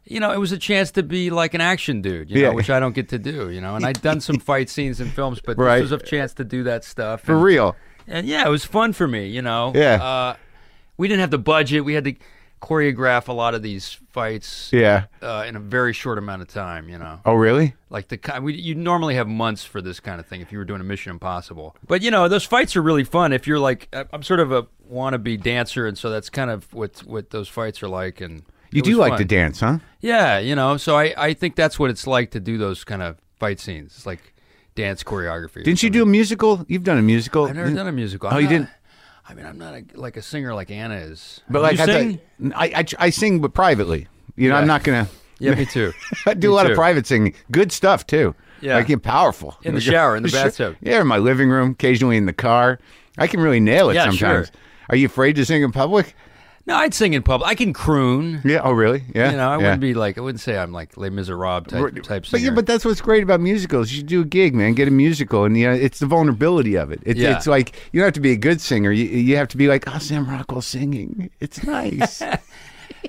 D: You know, it was a chance to be like an action dude, you
A: Yeah.
D: know, which I don't get to do, you know. And I'd done some fight scenes in films, but
A: Right.
D: this was a chance to do that stuff.
A: For
D: and,
A: real,
D: and yeah, it was fun for me, you know.
A: Yeah.
D: Uh, we didn't have the budget. We had to choreograph a lot of these fights
A: yeah.
D: uh, in a very short amount of time, you know.
A: Oh, really?
D: Like the kind we, you normally have months for this kind of thing if you were doing a Mission Impossible. But you know those fights are really fun if you're like I- I'm sort of a wannabe dancer, and so that's kind of what what those fights are like. And
A: You
D: it
A: do
D: was
A: like
D: fun.
A: to dance, huh?
D: yeah, you know. So I I think that's what it's like to do those kind of fight scenes. It's like dance choreography.
A: Didn't you do a musical? You've done a musical.
D: I've never done a musical.
A: Oh,
D: I'm
A: you
D: not-
A: didn't?
D: I mean, I'm not a, like a singer like Anna is.
A: But
D: You
A: like I,
D: sing?
A: thought- I, I, I sing, but privately. You know, I'm
D: Yeah.
A: not gonna.
D: Yeah, me too.
A: I do
D: Me
A: a lot
D: too.
A: of private singing. Good stuff too.
D: Yeah.
A: I get powerful
D: In the shower, in the bathtub.
A: Yeah, in my living room, occasionally in the car. I can really nail it
D: Yeah,
A: sometimes.
D: sure.
A: Are you afraid to sing in public?
D: No, I'd sing in public. I can croon.
A: Yeah. Oh, really? Yeah.
D: You know, I
A: yeah.
D: wouldn't be like I wouldn't say I'm like Les Miserables type type
A: But yeah,
D: singer.
A: but that's what's great about musicals. You do a gig, man, get a musical, and you know, it's the vulnerability of it. It's
D: Yeah.
A: It's like you don't have to be a good singer. You, you have to be like, oh, Sam Rockwell singing. It's nice.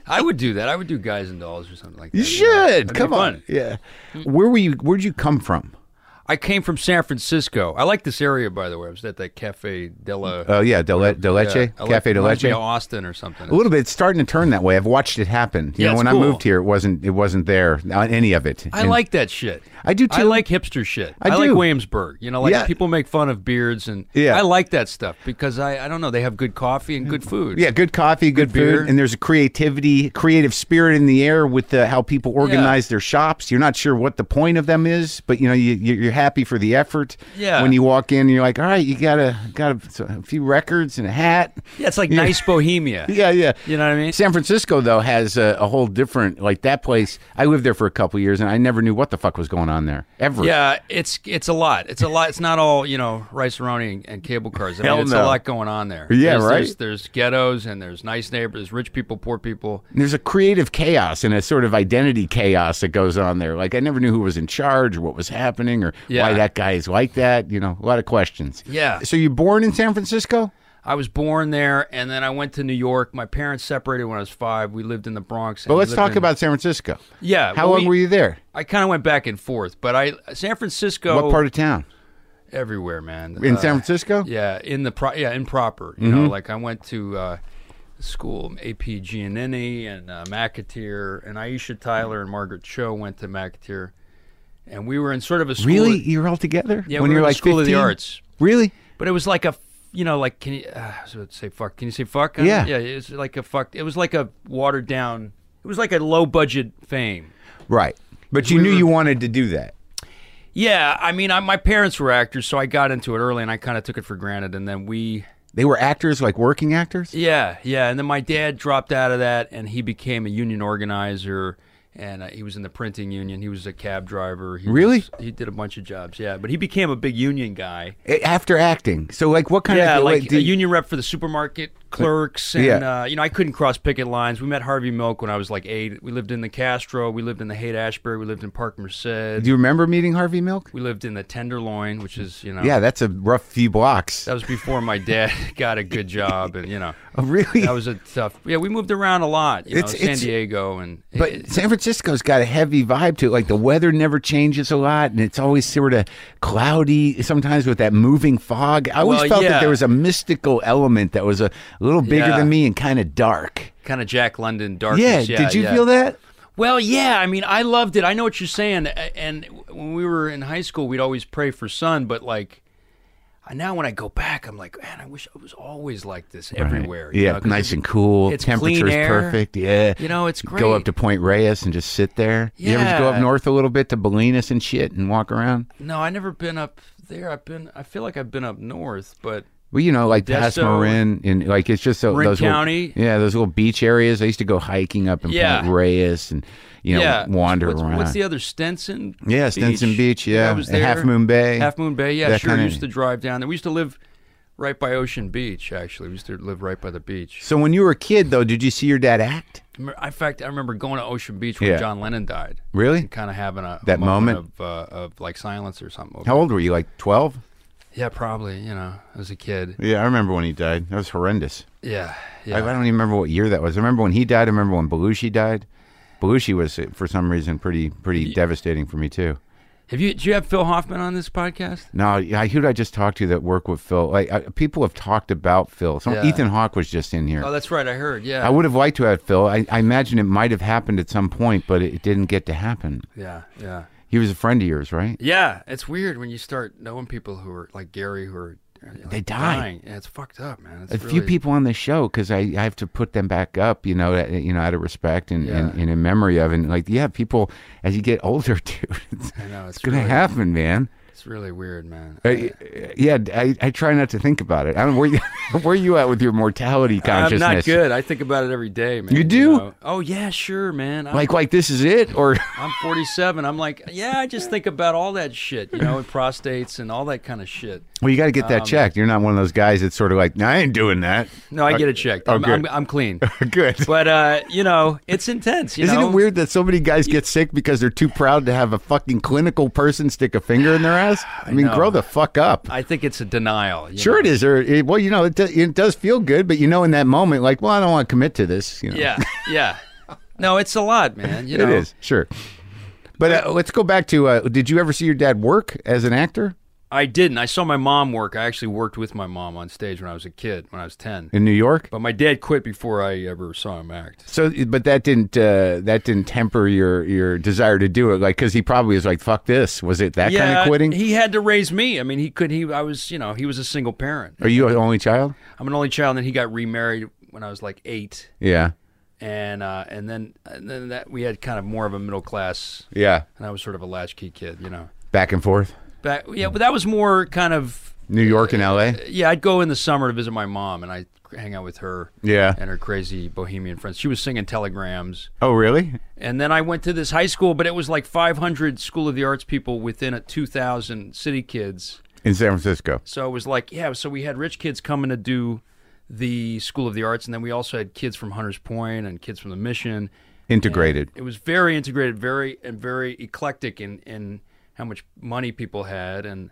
D: I would do that. I would do Guys and Dolls or something like that.
A: you should
D: That'd be
A: come
D: fun.
A: on. Yeah. Where were you? Where'd you come from?
D: I came from San Francisco. I like this area, by the way. I was at that Cafe Della.
A: Oh yeah, Dele, Deleche,
D: Yeah, I like-
A: Cafe
D: reminds me
A: Deleche.
D: of Austin or something.
A: A little bit. It's starting to turn that way. I've watched it happen. You
D: Yeah,
A: know,
D: it's
A: when
D: cool.
A: I moved here, it wasn't it wasn't there on any of it.
D: I
A: And-
D: like that shit.
A: I do,
D: I
A: too.
D: like hipster shit.
A: I
D: like
A: do.
D: Williamsburg. You know, like
A: Yeah.
D: people make fun of beards and
A: Yeah. Mm.
D: I like that stuff because I, I don't know, they have good coffee and good food.
A: Yeah, good coffee, good,
D: Good beer.
A: food, and there's a creativity, creative spirit in the air with the, how people organize their shops. You're not sure what the point of them is, but you know you, you- you're happy for the effort.
D: Yeah.
A: When you walk in, you're like, all right, you got a got a, a few records and a hat.
D: Yeah, it's like nice bohemia.
A: Yeah, yeah.
D: You know what I mean?
A: San Francisco though has a, a whole different like that place. I lived there for a couple years, and I never knew what the fuck was going on there ever.
D: Yeah, it's it's a lot. It's a lot. It's not all you know, rice roni and, and cable cars. I mean,
A: Hell
D: it's a
A: no.
D: lot going on there.
A: Yeah,
D: There's-
A: right.
D: There's, there's ghettos and there's nice neighbors, there's rich people, poor people.
A: there's a creative chaos and a sort of identity chaos that goes on there. Like I never knew who was in charge or what was happening or
D: Yeah.
A: why that guy is like that. You know, a lot of questions.
D: Yeah.
A: So you're born in San Francisco?
D: I was born there, and then I went to New York. My parents separated when I was five. We lived in the Bronx.
A: But let's talk about San Francisco.
D: Yeah,
A: How
D: well,
A: long
D: we-
A: were you there?
D: I kind of went back and forth, but I San Francisco.
A: what part of town?
D: everywhere, man.
A: In
D: Uh,
A: San Francisco?
D: Yeah, in the pro- yeah, improper. You
A: Mm-hmm.
D: know, like I went to uh, school AP Giannini and uh, McAteer and Aisha Tyler and Margaret Cho went to McAteer, and we were in sort of a school
A: Really? You're all together?
D: Yeah,
A: when
D: we
A: you're
D: were in
A: like
D: the School of the
A: 15?
D: Arts.
A: Really?
D: but it was like a f- you know like can you uh, I was about to say fuck? Can you say fuck? on
A: Yeah.
D: it? yeah. It's like a fuck. It was like a watered down. It was like a low budget fame.
A: Right. But you
D: We
A: knew
D: were-
A: you wanted to do that.
D: Yeah, I mean, I, my parents were actors, so I got into it early, and I kind of took it for granted. And then we
A: They were actors, like working actors?
D: Yeah, yeah. And then my dad dropped out of that, and he became a union organizer, and uh, he was in the printing union. He was a cab driver. He
A: Really?
D: was- he did a bunch of jobs. Yeah, but he became a big union guy.
A: A- After acting. So, like, what kind
D: Yeah,
A: of.
D: like uh,
A: did-
D: a union rep for the supermarket clerks, and
A: Yeah.
D: uh, you know, I couldn't cross picket lines. We met Harvey Milk when I was like eight. We lived in the Castro. We lived in the Haight Ashbury. We lived in Park Merced.
A: do you remember meeting Harvey Milk?
D: we lived in the Tenderloin, which is you know,
A: Yeah, that's a rough few blocks.
D: that was before my dad got a good job, and you know.
A: Oh, really?
D: that was a tough. Yeah, we moved around a lot. You
A: It's-
D: know, San
A: it's-
D: Diego and
A: But San Francisco's got a heavy vibe to it. Like the weather never changes a lot, and it's always sort of cloudy sometimes with that moving fog. I always
D: Well,
A: felt
D: yeah.
A: that there was a mystical element that was a little bigger
D: Yeah.
A: than me and kind of dark.
D: kind of Jack London
A: Yeah,
D: darkness. Yeah,
A: did you
D: yeah.
A: feel that?
D: Well, yeah. I mean, I loved it. I know what you're saying. A- And when we were in high school, we'd always pray for sun. But like I- now, when I go back, I'm like, man, I wish it was always like this everywhere. you
A: Yeah,
D: know, 'cause
A: nice
D: it's-
A: and cool.
D: it's clean
A: Temperature's
D: air.
A: perfect. Yeah,
D: You know, it's
A: Go up
D: great.
A: to Point Reyes and just sit there. You ever just go up
D: Yeah.
A: north a little bit to Bolinas and shit and walk around?
D: No, I never been up there. I've been. I feel like I've been up north, but
A: Well, you know, like past
D: Modesto.
A: Marin and like it's just so,
D: Marin
A: those little-
D: County.
A: yeah, those little beach areas. I used to go hiking up in
D: Yeah.
A: Point Reyes and you know
D: yeah,
A: wander
D: what's,
A: around.
D: What's the other Stenson?
A: yeah, Stinson Beach. Yeah,
D: I was
A: and
D: there.
A: Half Moon Bay.
D: Half Moon Bay. Yeah,
A: That
D: sure.
A: kinda-
D: used to drive down there. We used to live right by Ocean Beach. Actually, we used to live right by the beach.
A: So when you were a kid, though, did you see your dad act?
D: Remember- In fact, I remember going to Ocean Beach when
A: Yeah.
D: John Lennon died.
A: Really?
D: And kind of having a
A: That moment?
D: of, uh, of like silence or something.
A: How old were you? Like twelve?
D: Yeah, probably. You know, as a kid.
A: Yeah, I remember when he died. That was horrendous.
D: Yeah,
A: I, I
D: yeah.
A: don't even remember what year that was. I remember when he died. I remember when Belushi died. Belushi was, uh, for some reason, pretty pretty devastating for me too.
D: Have you? Do you have Phil Hoffman on this podcast?
A: No, I who did I just talk to that work with Phil? Like I, people have talked about Phil. Some,
D: Yeah.
A: Ethan Hawke was just in here.
D: Oh, that's right. I heard. Yeah.
A: I would have liked to have Phil. I, I imagine it might have happened at some point, but it didn't get to happen.
D: yeah. Yeah.
A: He was a friend of yours, right?
D: Yeah. It's weird when you start knowing people who are like Gary, who are uh, like,
A: They die.
D: Dying. Yeah, it's fucked up, man. It's
A: A few
D: really-
A: people on the show because I, I have to put them back up, you know, uh, you know, out of respect and, and,
D: Yeah.
A: and in memory of, and like, yeah, people as you get older, dude, it's,
D: I know,
A: it's
D: it's
A: gonna
D: really-
A: happen, man.
D: It's It's really weird, man.
A: I, yeah, I, I try not to think about it. I don't. Where you, where you at with your mortality
D: I'm
A: consciousness?
D: not good. I think about it every day, man.
A: You do?
D: know? Oh yeah, sure, man. I'm,
A: Like like this is it or
D: I'm 47. I'm like, yeah, I just think about all that shit, you know, and prostates and all that kind of shit.
A: well you got to get
D: Um,
A: that checked. You're not one of those guys that's sort of like no, I ain't doing that.
D: No, I get it checked.
A: oh,
D: I'm,
A: good.
D: I'm, I'm clean.
A: good.
D: But uh, you know, it's intense. You
A: Isn't
D: know?
A: it weird that so many guys get sick because they're too proud to have a fucking clinical person stick a finger in their ass? I mean,
D: know.
A: grow the fuck up.
D: I think it's a denial. you
A: Sure,
D: know?
A: it is. Or it, well, you know, it, do, it does feel good, but you know, in that moment, like, well, I don't want to commit to this. You know,
D: Yeah, yeah. No, it's a lot, man. You
A: it
D: know,
A: is sure. But uh, let's go back to. Uh, did you ever see your dad work as an actor
D: I didn't. I saw my mom work. I actually worked with my mom on stage when I was a kid, when I was ten.
A: in New York?
D: But my dad quit before I ever saw him act.
A: So, but that didn't uh, that didn't temper your your desire to do it, like because he probably was like, "Fuck this." Was it that kind of quitting?
D: He had to raise me. I mean, he could. He, I was, you know, he was a single parent.
A: Are you an only child?
D: I'm an only child, and then he got remarried when I was like eight,
A: Yeah,
D: and uh, and then and then that we had kind of more of a middle class,
A: yeah.
D: and I was sort of a latchkey kid, you know.
A: Back and forth,
D: But yeah, but that was more kind of
A: New York and L.A.
D: yeah. I'd go in the summer to visit my mom, and I would hang out with her.
A: Yeah.
D: and her crazy bohemian friends. She was singing telegrams.
A: Oh, really?
D: And then I went to this high school, but it was like 500 School of the Arts people within a 2,000 city kids.
A: In San Francisco.
D: So it was like, yeah, so we had rich kids coming to do the School of the Arts, and then we also had kids from Hunters Point and kids from the Mission.
A: Integrated.
D: It was very integrated, very and very eclectic in in how much money people had, and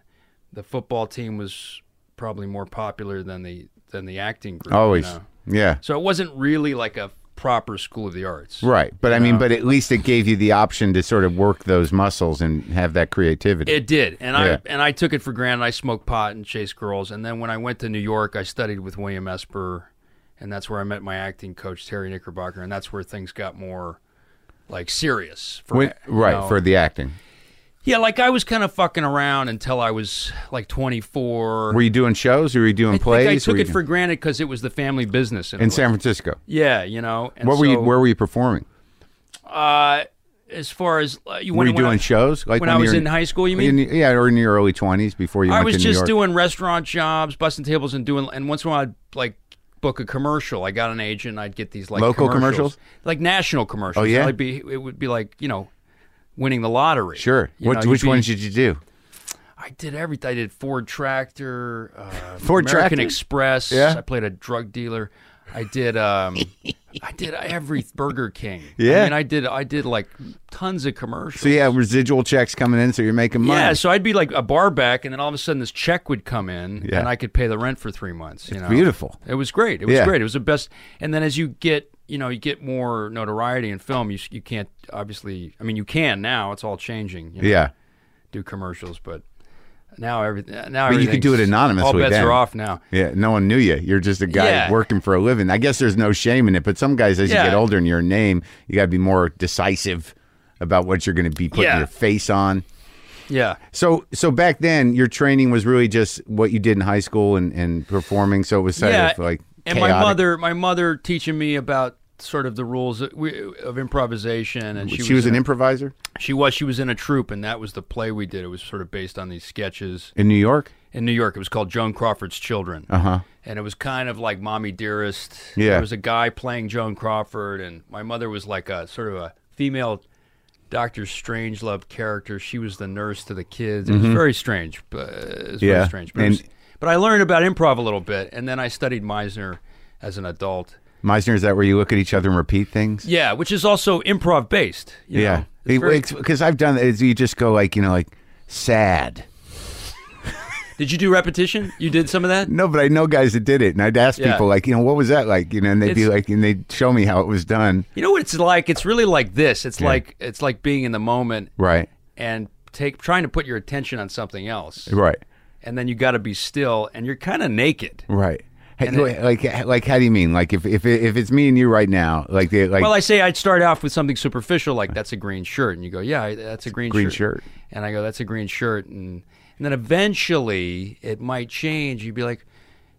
D: the football team was probably more popular than the than the acting group. you
A: Always.
D: know.
A: Yeah.
D: So it wasn't really like a proper School of the Arts.
A: Right. But I mean, but at least it gave you the option to sort of work those muscles and have that creativity.
D: It did, and
A: Yeah.
D: I and I took it for granted. I smoked pot and chased girls, and then when I went to New York, I studied with William Esper, and that's where I met my acting coach Terry Knickerbocker, and that's where things got more like serious. For,
A: When-
D: you
A: right.
D: know.
A: For the acting.
D: yeah, like I was kind of fucking around until I was like twenty four.
A: Were you doing shows? Or were you doing
D: I think
A: plays?
D: I
A: Were
D: took
A: you
D: it for granted because it was the family business in, a
A: in
D: way.
A: San Francisco.
D: Yeah, you know. And
A: What were you?
D: so,
A: Where were you performing?
D: Uh, as far as uh, you
A: Were
D: when-
A: you
D: when
A: doing
D: I-
A: shows? Like
D: when I
A: you
D: was
A: were
D: in high school, you mean?
A: in- yeah, or in your early twenties before you
D: I
A: went
D: was
A: to New
D: just
A: York.
D: doing restaurant jobs, busting tables, and doing. And once in a while, I'd like book a commercial. I got an agent. I'd get these like
A: Local commercials?
D: like national commercials.
A: Oh, yeah?
D: I'd be, it would be like you know, winning the lottery.
A: Sure.
D: You
A: What,
D: know,
A: which
D: you'd be-
A: ones did you do?
D: I did everything. I did Ford Tractor, uh,
A: Ford
D: American
A: Tractor?
D: Express.
A: Yeah.
D: I played a drug dealer. I did. Um, I did every Burger King.
A: Yeah.
D: I mean, I did. I did like tons of commercials.
A: So you had residual checks coming in, so you're making money.
D: Yeah, so I'd be like a bar back, and then all of a sudden this check would come in,
A: Yeah.
D: and I could pay the rent for three months. You know,
A: beautiful.
D: It was great. It was
A: Yeah.
D: great. It was the best. And then as you get, you know, you get more notoriety in film. You s- you can't obviously. I mean, you can now. It's all changing. You know,
A: Yeah.
D: do commercials, but now everything. Now
A: But you could do it
D: everything's- All
A: anonymously
D: bets
A: then.
D: are off now.
A: Yeah, no one knew you. You're just a guy
D: Yeah.
A: working for a living. I guess there's no shame in it, but some guys, as
D: Yeah.
A: you get older and your name, you got to be more decisive about what you're going to be putting
D: Yeah.
A: your face on.
D: Yeah.
A: So, so back then, your training was really just what you did in high school and, and performing. So it was sort
D: yeah.
A: of like
D: and my
A: chaotic.
D: mother, my mother teaching me about sort of the rules of, we- of improvisation, and she,
A: She, was
D: in
A: an
D: a-
A: improviser
D: She was. She was in a troupe, and that was the play we did. It was sort of based on these sketches
A: in New York. Uh-huh.
D: in New York. It was called Joan Crawford's Children. Uh huh. And it was kind of like Mommy Dearest.
A: Yeah.
D: There was a guy playing Joan Crawford, and my mother was like a sort of a female Doctor Strangelove character. She was the nurse to the kids. It was very strange. But it was
A: Mm-hmm. Yeah,
D: Very strange. But, it was-
A: and-
D: but I learned about improv a little bit, and then I studied Meisner as an adult.
A: Meisner, is that where you look at each other and repeat things?
D: Yeah, which is also improv based. you know. It's very-
A: because I've done it. You just go like you know, like sad.
D: Did you do repetition? You did some of that?
A: No, but I know guys that did it, and I'd ask
D: Yeah.
A: people like, you know, what was that like? You know, and they'd be
D: It's-
A: like, and they'd show me how it was done.
D: You know what it's like? It's really like this. It's like it's like being in the moment
A: Right,
D: and take trying to put your attention on something else.
A: right,
D: And then you got to be still and you're kind of naked.
A: right. like, like, how do you mean? Like, if if it, if it's me and you right now, like, they, like,
D: Well, I say I'd start off with something superficial like that's a green shirt and you go, "Yeah, I- that's a green,
A: Green shirt.
D: shirt." And I go, "That's a green shirt." And and then eventually it might change. You'd be like,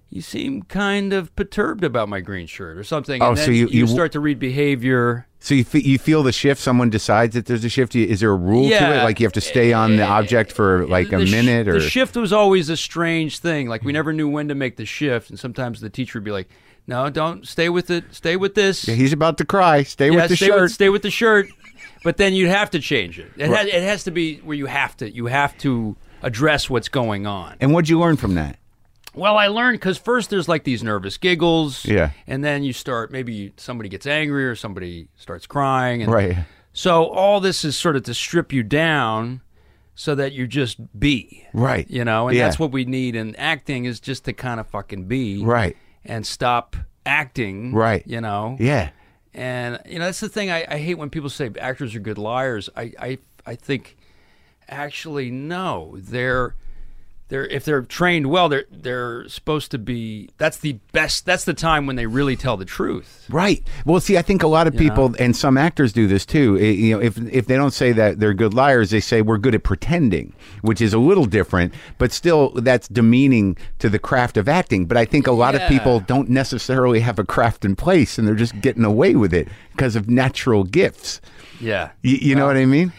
D: you seem kind of perturbed about my green shirt or something.
A: Oh,
D: and then
A: so you- you-
D: start to read behavior.
A: So you, fe- you feel the shift. Someone decides that there's a shift. You- Is there a rule to it?
D: Yeah.
A: Like you have to stay on the object for like a
D: The sh-
A: minute or Mm-hmm.
D: the shift was always a strange thing. Like we never knew when to make the shift, and sometimes the teacher would be like, "No, don't stay with it. Stay with this.
A: he's about to cry. Stay
D: Yeah,
A: with the
D: stay
A: shirt.
D: With, stay with the shirt." But then you'd have to change it. It, has, it has to be where you have to you have to address what's going on.
A: and what'd you learn from that?
D: Well, I learned because first there's like these nervous giggles,
A: Yeah.
D: and then you start maybe somebody gets angry or somebody starts crying, and
A: Right.
D: So all this is sort of to strip you down, so that you just be
A: Right.
D: you know, and
A: Yeah.
D: that's what we need in acting is just to kind of fucking be
A: Right.
D: and stop acting,
A: Right.
D: You know,
A: Yeah.
D: and you know that's the thing I, I hate when people say actors are good liars. I I, I think actually no, they're they're if they're trained well, they're they're supposed to be. That's the best. That's the time when they really tell the truth.
A: Right. Well, see, I think a lot of people and some actors do this too. I- you know, if if they don't say that they're good liars, they say we're good at pretending, which is a little different, but still that's demeaning to the craft of acting. But I think a lot of
D: Yeah.
A: people don't necessarily have a craft in place, and they're just getting away with it because of natural gifts.
D: Yeah.
A: You, you know what I mean?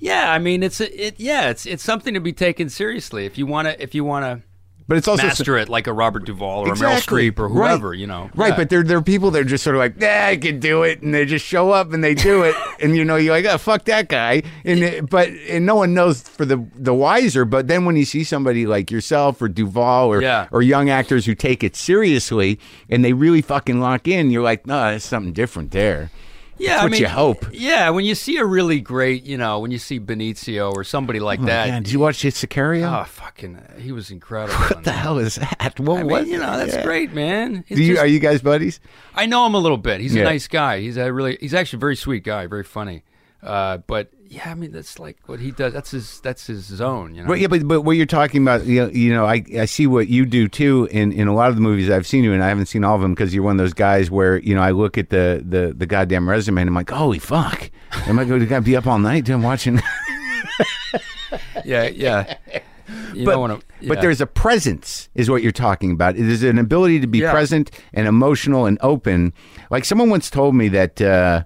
D: Yeah. I mean, it's a, it. Yeah. It's it's something to be taken seriously if you wanna if you wanna.
A: But it's also
D: master it like a Robert Duvall or
A: Exactly.
D: a Meryl Streep or
A: Right.
D: whoever, you know.
A: Right,
D: Yeah.
A: but there, there are people that are just sort of like, nah, I can do it, and they just show up and they do it, and you know, you're like, oh, fuck that guy, and it, but and no one knows for the the wiser. But then when you see somebody like yourself or Duvall or
D: Yeah.
A: or young actors who take it seriously and they really fucking lock in, you're like, no, there's something different there.
D: Yeah,
A: That's
D: I
A: what
D: mean,
A: you hope.
D: Yeah, when you see a really great, you know, when you see Benicio or somebody
A: Oh,
D: like that.
A: Man, did you watch Sicario?
D: Oh, fucking, he was incredible.
A: what the hell is that? What
D: I mean,
A: was
D: you know,
A: that?
D: that's
A: Yeah.
D: great, man. It's
A: Do you,
D: just-
A: are you guys buddies?
D: I know him a little bit. He's
A: Yeah.
D: a nice guy. He's a really, he's actually a very sweet guy, very funny. Uh, but yeah, I mean, that's like what he does. That's his, that's his zone, you know.
A: But yeah, but, but what you're talking about, you know, you know I, I see what you do too in, in a lot of the movies I've seen you, in. I haven't seen all of them because you're one of those guys where you know I look at the the, the goddamn resume and I'm like, holy fuck, am I going to be up all night doing watching?
D: yeah, yeah. You
A: But-
D: don't want to.
A: But there's a presence, is what you're talking about. It is an ability to be
D: Yeah.
A: present and emotional and open. Like someone once told me that uh,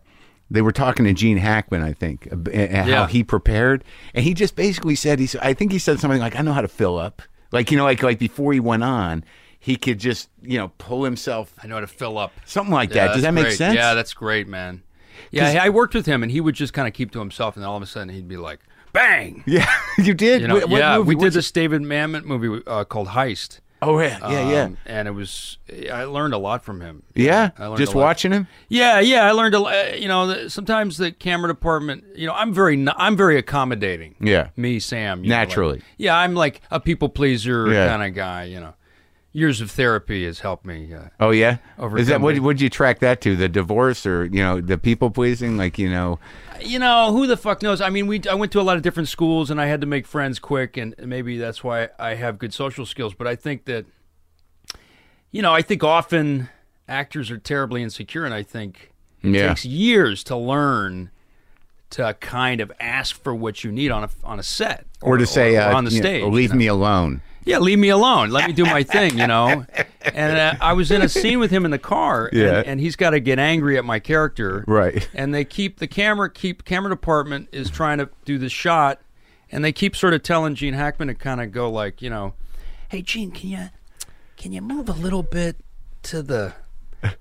A: they were talking to Gene Hackman, I think, ab- and and how
D: Yeah.
A: he prepared, and he just basically said he. s- I think he said something like, "I know how to fill up." Like you know, like like before he went on, he could just you know pull himself
D: I know how to fill up.
A: something like
D: Yeah,
A: that. Does
D: that's
A: that make
D: great.
A: sense?
D: Yeah, that's great, man. Yeah, I I worked with him, and he would just kind of keep to himself, and then all of a sudden he'd be like, "Bang!"
A: yeah, you did.
D: You know,
A: What- what
D: yeah,
A: movie
D: we
A: was
D: did
A: it?
D: this David Mamet movie uh, called Heist.
A: Oh yeah, yeah, yeah,
D: Um, and it was I learned a lot from him.
A: yeah.
D: I learned
A: Just
D: a lot.
A: watching him.
D: Yeah, yeah, I learned a lot. You know, the- sometimes the camera department. You know, I'm very, n- I'm very accommodating.
A: Yeah.
D: me, Sam. you know, like-
A: Naturally.
D: yeah, I'm like a people pleaser
A: Yeah.
D: kind of guy. You know, years of therapy has helped me. Uh,
A: Oh yeah, is that
D: overcome
A: what?
D: it.
A: Would you track that to the divorce or you know the people pleasing? Like you know,
D: you know who the fuck knows i mean we i went to a lot of different schools and i had to make friends quick and maybe that's why i have good social skills but i think that you know i think often actors are terribly insecure and i think it
A: Yeah.
D: takes years to learn to kind of ask for what you need on a on a set
A: or to say uh,
D: on the
A: you know,
D: stage you
A: leave
D: know?
A: me alone.
D: yeah, leave me alone. Let me do my thing, you know. And uh, I was in a scene with him in the car, and,
A: Yeah.
D: and he's got to get angry at my character,
A: Right.
D: And they keep the camera, keep camera department is trying to do the shot, and they keep sort of telling Gene Hackman to kind of go like, you know, hey Gene, can you can you move a little bit to the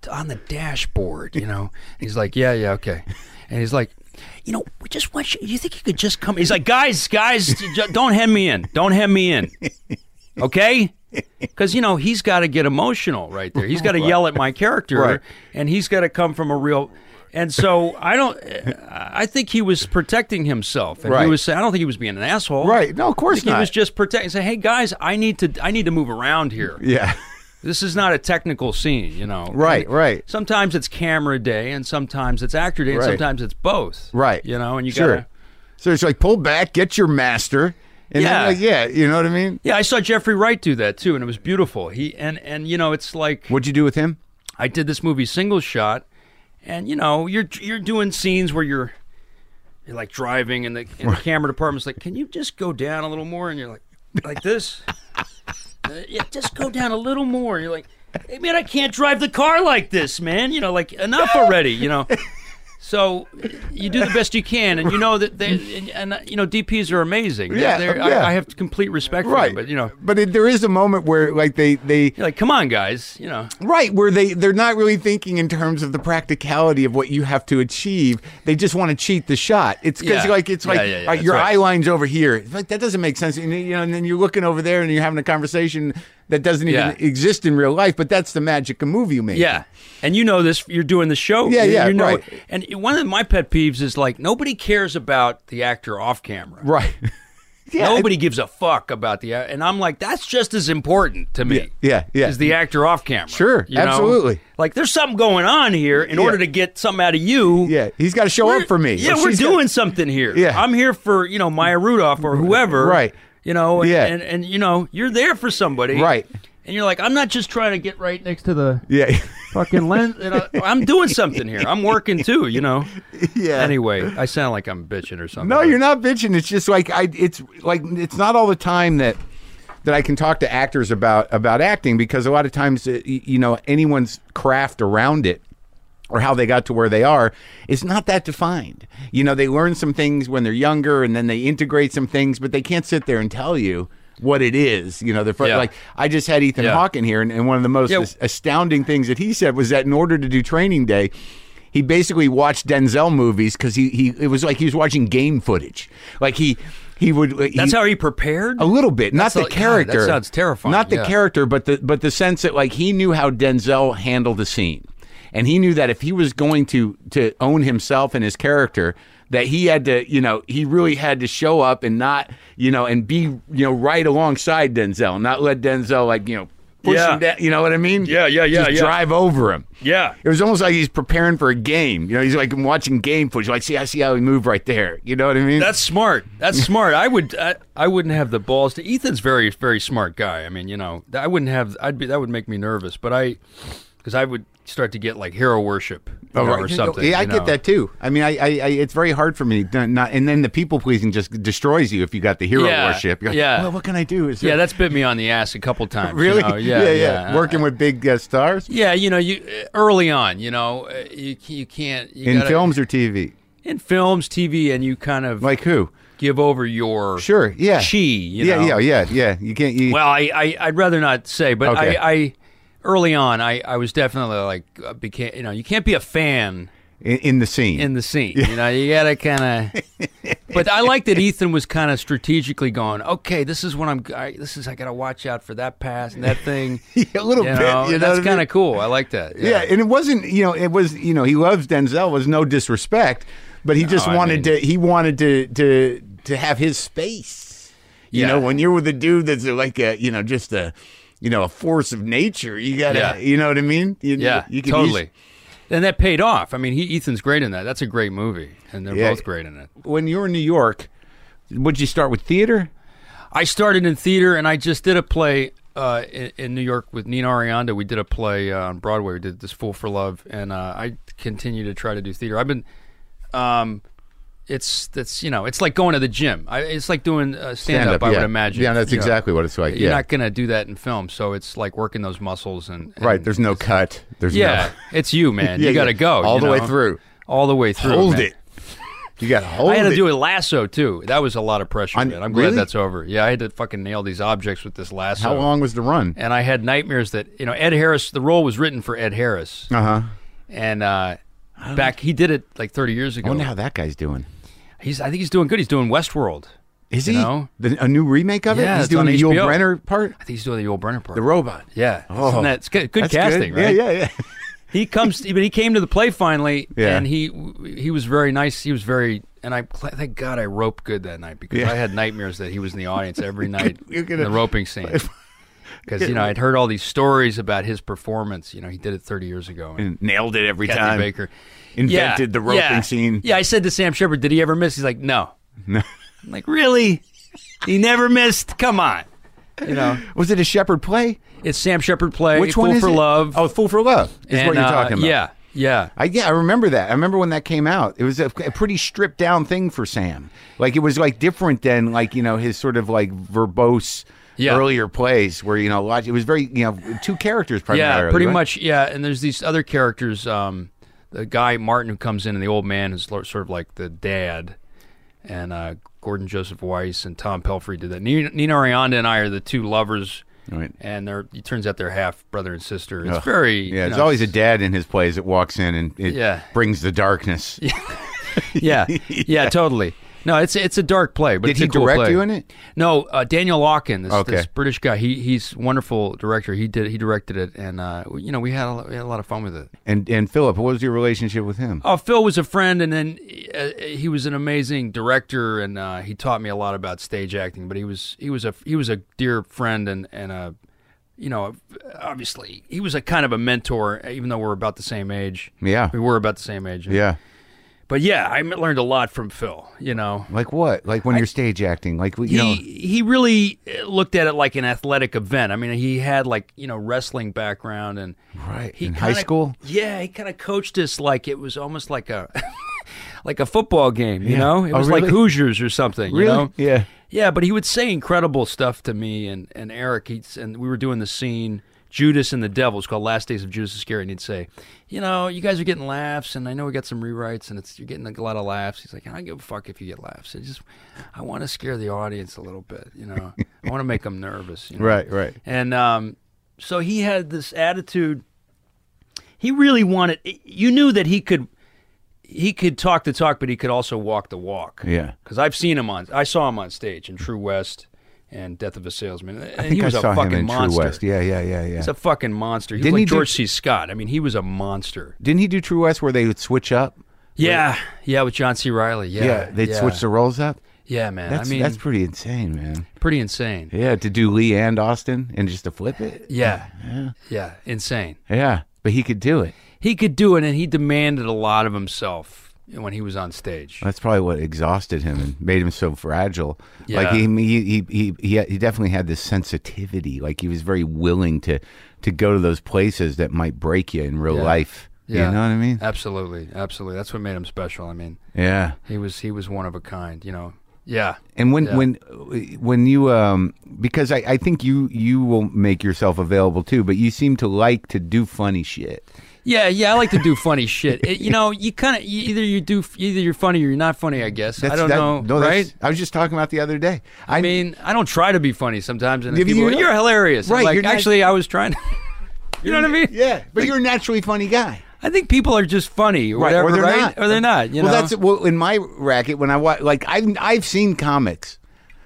D: to, on the dashboard? You know, and he's like, yeah, yeah, okay, and he's like. You know, we just want you. You think you could just come? He's like, guys, guys, j- don't hem me in. Don't hem me in okay? Because you know he's got to get emotional right there. He's got to yell at my character,
A: Right.
D: and he's got to come from a real. And so I don't. I think he was protecting himself, and
A: Right.
D: he was. saying I don't think he was being an asshole,
A: Right. No, of
D: I
A: course
D: think He
A: not.
D: was just protecting. Say, hey guys, I need to. I need to move around here.
A: Yeah.
D: This is not a technical scene, you know.
A: Right,
D: And
A: right.
D: Sometimes it's camera day, and sometimes it's actor day, and
A: Right.
D: sometimes it's both.
A: Right.
D: You know, and you
A: sure.
D: gotta.
A: So it's like pull back, get your master, and
D: Yeah.
A: then like yeah, you know what I mean.
D: Yeah, I saw Jeffrey Wright do that too, and it was beautiful. He and and you know, it's like
A: What'd you do with him?
D: I did this movie single shot, and you know you're you're doing scenes where you're you're like driving, and the, and the camera department's like, "Can you just go down a little more?" And you're like, like this. uh, yeah, just go down a little more. And you're like, hey, man, I can't drive the car like this, man. You know, like enough already. You know. So you do the best you can, and you know that they and, and uh, you know DPS are amazing.
A: Yeah,
D: They're-
A: yeah.
D: I, I have complete respect for
A: right.
D: them, but you know,
A: but it, there is a moment where like they they
D: you're like, come on, guys, you know.
A: right where they they're not really thinking in terms of the practicality of what you have to achieve. They just want to cheat the shot. It's because
D: Yeah.
A: like it's like
D: Yeah, yeah, yeah,
A: all right,
D: that's
A: your
D: right.
A: eye line's over here. It's Like that doesn't make sense. And, you know, and then you're looking over there and you're having a conversation that doesn't even
D: Yeah.
A: exist in real life. But that's the magic of movie making.
D: Yeah, and you know this. You're doing the show.
A: Yeah,
D: You-
A: yeah,
D: you know
A: right.
D: it. And one of my pet peeves is like nobody cares about the actor off camera.
A: Right. yeah.
D: nobody gives a fuck about the. act- And I'm like, that's just as important to me.
A: Yeah, yeah.
D: Is the actor off camera?
A: Sure,
D: you know?
A: absolutely.
D: Like there's something going on here. In order to get something out of you.
A: Yeah, he's got to show
D: we're-
A: up for me. Or
D: Yeah, we're
A: she's got-
D: doing something here.
A: Yeah.
D: I'm here for you know Maya Rudolph or whoever.
A: Right.
D: You know.
A: Yeah.
D: Yeah. And, and you know you're there for somebody.
A: Right.
D: And you're like, I'm not just trying to get right next to the
A: Yeah,
D: fucking lens. And I, I'm doing something here. I'm working too, you know.
A: yeah.
D: Anyway, I sound like I'm bitching or something.
A: No, you're not bitching. It's just like I. It's like it's not all the time that that I can talk to actors about about acting because a lot of times uh, y- you know anyone's craft around it or how they got to where they are is not that defined. You know, they learn some things when they're younger and then they integrate some things, but they can't sit there and tell you what it is. You know, they're fr-
D: Yeah.
A: like I just had Ethan
D: Yeah.
A: Hawke in here, and, and one of the most
D: Yeah.
A: as- astounding things that he said was that in order to do training day, he basically watched Denzel movies because he, he it was like he was watching game footage. Like he he would like,
D: That's
A: he-
D: how he prepared.
A: a little bit, not
D: That's
A: the
D: like- God, that
A: character.
D: sounds terrifying,
A: Not the
D: yeah.
A: character, but the but the sense that like he knew how Denzel handled the scene, and he knew that if he was going to to own himself and his character, that he had to you know he really had to show up and not you know and be you know right alongside Denzel, not let Denzel like you know push
D: Yeah.
A: him down. You know what I mean?
D: Yeah, yeah, yeah,
A: Just
D: yeah.
A: drive over him.
D: Yeah.
A: It was almost like he's preparing for a game. You know, he's like watching game footage. Like, see, I see how he moved right there. You know what I mean?
D: That's smart. That's smart. I would. I, I wouldn't have the balls to. Ethan's very, very smart guy. I mean, you know, I wouldn't have. I'd be. That would make me nervous. But I, because I would start to get like hero worship you know, or something.
A: Oh, Yeah, I
D: you know.
A: get that too. I mean, I, I, I it's very hard for me. to Not, and then the people pleasing just destroys you if you got the hero
D: Yeah,
A: worship. You're like,
D: yeah.
A: Well, what can I do? Is
D: Yeah,
A: there-
D: that's bit me on the ass a couple times. you
A: really.
D: know? Yeah,
A: yeah,
D: yeah,
A: Working with big uh, stars
D: Yeah, you know, you early on, you know, uh, you you can't you
A: in
D: gotta-
A: films or TV.
D: in films, TV, and you kind of
A: Like who?
D: give over your
A: Sure. Yeah.
D: chi. You
A: yeah.
D: know?
A: Yeah. Yeah. Yeah. You can't. You,
D: Well, I, I I'd rather not say, but
A: Okay.
D: I, I early on, I I was definitely like uh, became you know you can't be a fan
A: in, in the scene.
D: in the scene. You know, you gotta kind of. but I like that Ethan was kind of strategically going. Okay, this is what I'm. I, this is I gotta watch out for that pass and that thing.
A: a little
D: You
A: bit.
D: know,
A: you know
D: that's
A: what I mean?
D: kind of cool. I like that.
A: Yeah, and it wasn't, you know, it was, you know, he loves Denzel was no disrespect, but he just
D: I
A: wanted to
D: mean-
A: he wanted to to to have his space. You
D: Yeah.
A: know, when you're with a dude that's like a, you know, just a, you know, a force of nature, you got to,
D: Yeah.
A: you know what I mean? You,
D: Yeah,
A: you can
D: totally.
A: use-
D: and that paid off. I mean, he, Ethan's great in that. That's a great movie, and they're
A: Yeah.
D: both great in it.
A: when you were in New York, would you start with theater?
D: I started in theater, and I just did a play uh, in, in New York with Nina Arianda. We did a play uh, on Broadway. We did this Fool for Love, and uh, I continue to try to do theater. I've been, um, it's that's you know, it's like going to the gym. I, it's like doing uh, stand up. I
A: yeah.
D: would imagine.
A: Yeah, that's
D: You know,
A: exactly what it's like.
D: You're
A: yeah.
D: not gonna do that in film, so it's like working those muscles and, and-
A: right, there's no cut. There's
D: yeah, it's you, man.
A: Yeah,
D: you got to
A: yeah.
D: go
A: All
D: you
A: the way
D: know?
A: through.
D: All the way
A: no
D: through.
A: hold
D: man.
A: it. You got to hold
D: I had
A: it.
D: to do a lasso too. That was a lot of pressure.
A: On-
D: man. I'm
A: really?
D: glad that's over. Yeah, I had to fucking nail these objects with this lasso.
A: How long was the run?
D: And I had nightmares that you know Ed Harris. The role was written for Ed Harris,
A: Uh-huh.
D: and uh, back he did it like 30 years
A: I
D: ago.
A: wonder how that guy's doing.
D: He's I think he's doing good. He's doing Westworld.
A: Is
D: You
A: he
D: know?
A: the, a new remake of it?
D: Yeah,
A: he's
D: it's
A: doing
D: on
A: the Yul
D: HBO.
A: Brenner part,
D: I think he's doing the old Brenner part.
A: the robot.
D: yeah,
A: Oh.
D: Isn't that- it's good, good
A: That's
D: casting,
A: good.
D: right?
A: Yeah, yeah, yeah.
D: He comes, but he came to the play finally,
A: Yeah.
D: and he he was very nice. He was very, and I thank God I roped good that night because
A: Yeah.
D: I had nightmares that he was in the audience every night
A: you're
D: in
A: gonna-
D: the roping scene. Because you know I'd heard all these stories about his performance. You know he did it 30 years ago. And
A: And nailed it every
D: Kathy
A: time.
D: Baker
A: Invented
D: Yeah,
A: the roping
D: yeah.
A: scene.
D: Yeah, I said to Sam Shepard, "Did he ever miss?" He's like, "No." I'm like, really? He never missed. Come on. You know,
A: Was it a Shepherd play?
D: it's Sam Shepard play.
A: Which
D: Fool
A: one is
D: for
A: it?
D: Love?
A: Oh, Fool for Love is
D: and,
A: what you're
D: uh,
A: talking about.
D: Yeah, yeah.
A: I, yeah, I remember that. I remember when that came out. It was a, a pretty stripped down thing for Sam. Like it was like different than like you know his sort of like verbose
D: Yeah.
A: earlier plays where you know a lot- it was very you know two characters primarily.
D: Yeah, pretty
A: right?
D: much. Yeah, and there's these other characters. Um, the guy Martin who comes in, and the old man is lo- sort of like the dad, and uh, Gordon Joseph Weiss and Tom Pelfrey did that. Nina, Nina Arianda and I are the two lovers,
A: Right.
D: and they're it turns out they're half brother and sister. It's very
A: Yeah,
D: you
A: there's
D: know,
A: always a dad in his plays that walks in and it
D: Yeah.
A: brings the darkness.
D: yeah, yeah, totally. No, it's it's a dark play, but
A: Did
D: it's
A: he
D: a cool
A: direct
D: play.
A: you in it?
D: No, uh, Daniel Lawkin, this,
A: Okay.
D: this British guy. He he's wonderful director. He did he directed it, and uh, you know we had a, lo- we had a lot of fun with it.
A: And and Philip, what was your relationship with him?
D: Oh, Phil was a friend, and then uh, he was an amazing director, and uh, he taught me a lot about stage acting. But he was he was a he was a dear friend, and and a you know obviously he was a kind of a mentor, even though we're about the same age.
A: Yeah.
D: we were about the same age.
A: Yeah.
D: but yeah, I learned a lot from Phil. You know,
A: Like what? Like when you're stage acting? Like you
D: he
A: know?
D: he really uh, looked at it like an athletic event. I mean, he had like you know wrestling background and
A: Right,
D: he
A: in high
D: kinda-
A: school?
D: Yeah, he kind of coached us like it was almost like a like a football game. You
A: Yeah.
D: know, it
A: Oh,
D: was like
A: really?
D: Hoosiers or something. You know?
A: Yeah.
D: yeah. But he would say incredible stuff to me and and Eric. He's and we were doing the scene. Judas and the Devil. It's called Last Days of Judas Iscariot. And he'd say, You know, you guys are getting laughs, and I know we got some rewrites, and it's you're getting a lot of laughs. He's like, I don't give a fuck if you get laughs. I just, I want to scare the audience a little bit, you know. I want to make them nervous. You know?
A: Right, right.
D: And um, so he had this attitude. He really wanted. You knew that he could, he could talk the talk, but he could also walk the walk.
A: Yeah.
D: Because I've seen him on. I saw him on stage in True West and Death of a Salesman. And
A: I think
D: he
A: I
D: was
A: saw
D: a
A: him
D: fucking
A: in
D: monster.
A: True West. Yeah, yeah, yeah, yeah.
D: He's a fucking monster. He
A: Didn't
D: was like
A: he do-
D: George C. Scott. I mean, he was a monster.
A: Didn't he do True West where they would switch up?
D: Yeah, yeah, with John C. Riley. Yeah,
A: they'd switch the roles up.
D: Yeah, man.
A: That's
D: I mean,
A: that's pretty insane, man.
D: pretty insane.
A: Yeah, to do Lee and Austin and just to flip it.
D: Yeah, yeah, insane.
A: Yeah, but he could do it.
D: he could do it and he demanded a lot of himself when he was on stage.
A: That's probably what exhausted him and made him so fragile. Like
D: Yeah.
A: he, he, he, he, he definitely had this sensitivity. Like he was very willing to, to go to those places that might break you in real life.
D: Yeah.
A: You know what I mean?
D: Absolutely, absolutely. That's what made him special. I mean,
A: Yeah.
D: he was he was one of a kind, you know. Yeah.
A: And when
D: Yeah.
A: when when you um because I, I think you you will make yourself available too, but you seem to like to do funny shit.
D: Yeah, yeah, I like to do funny shit. It- you know, you kind of either you do either you're funny or you're not funny, I guess. I don't
A: that-
D: know,
A: no, that's-
D: right?
A: I was just talking about the other day. I,
D: I mean, I don't try to be funny sometimes and
A: Yeah, but
D: people
A: you-
D: you, are hilarious. I'm
A: Right,
D: like
A: you're not-
D: actually I was trying to You know what I mean?
A: yeah, but you're a naturally funny guy.
D: I think people are just funny or whatever,
A: or they're
D: right?
A: not.
D: Or they're not, you
A: well,
D: know.
A: that's well in my racket when I watch. Like I've I've seen comics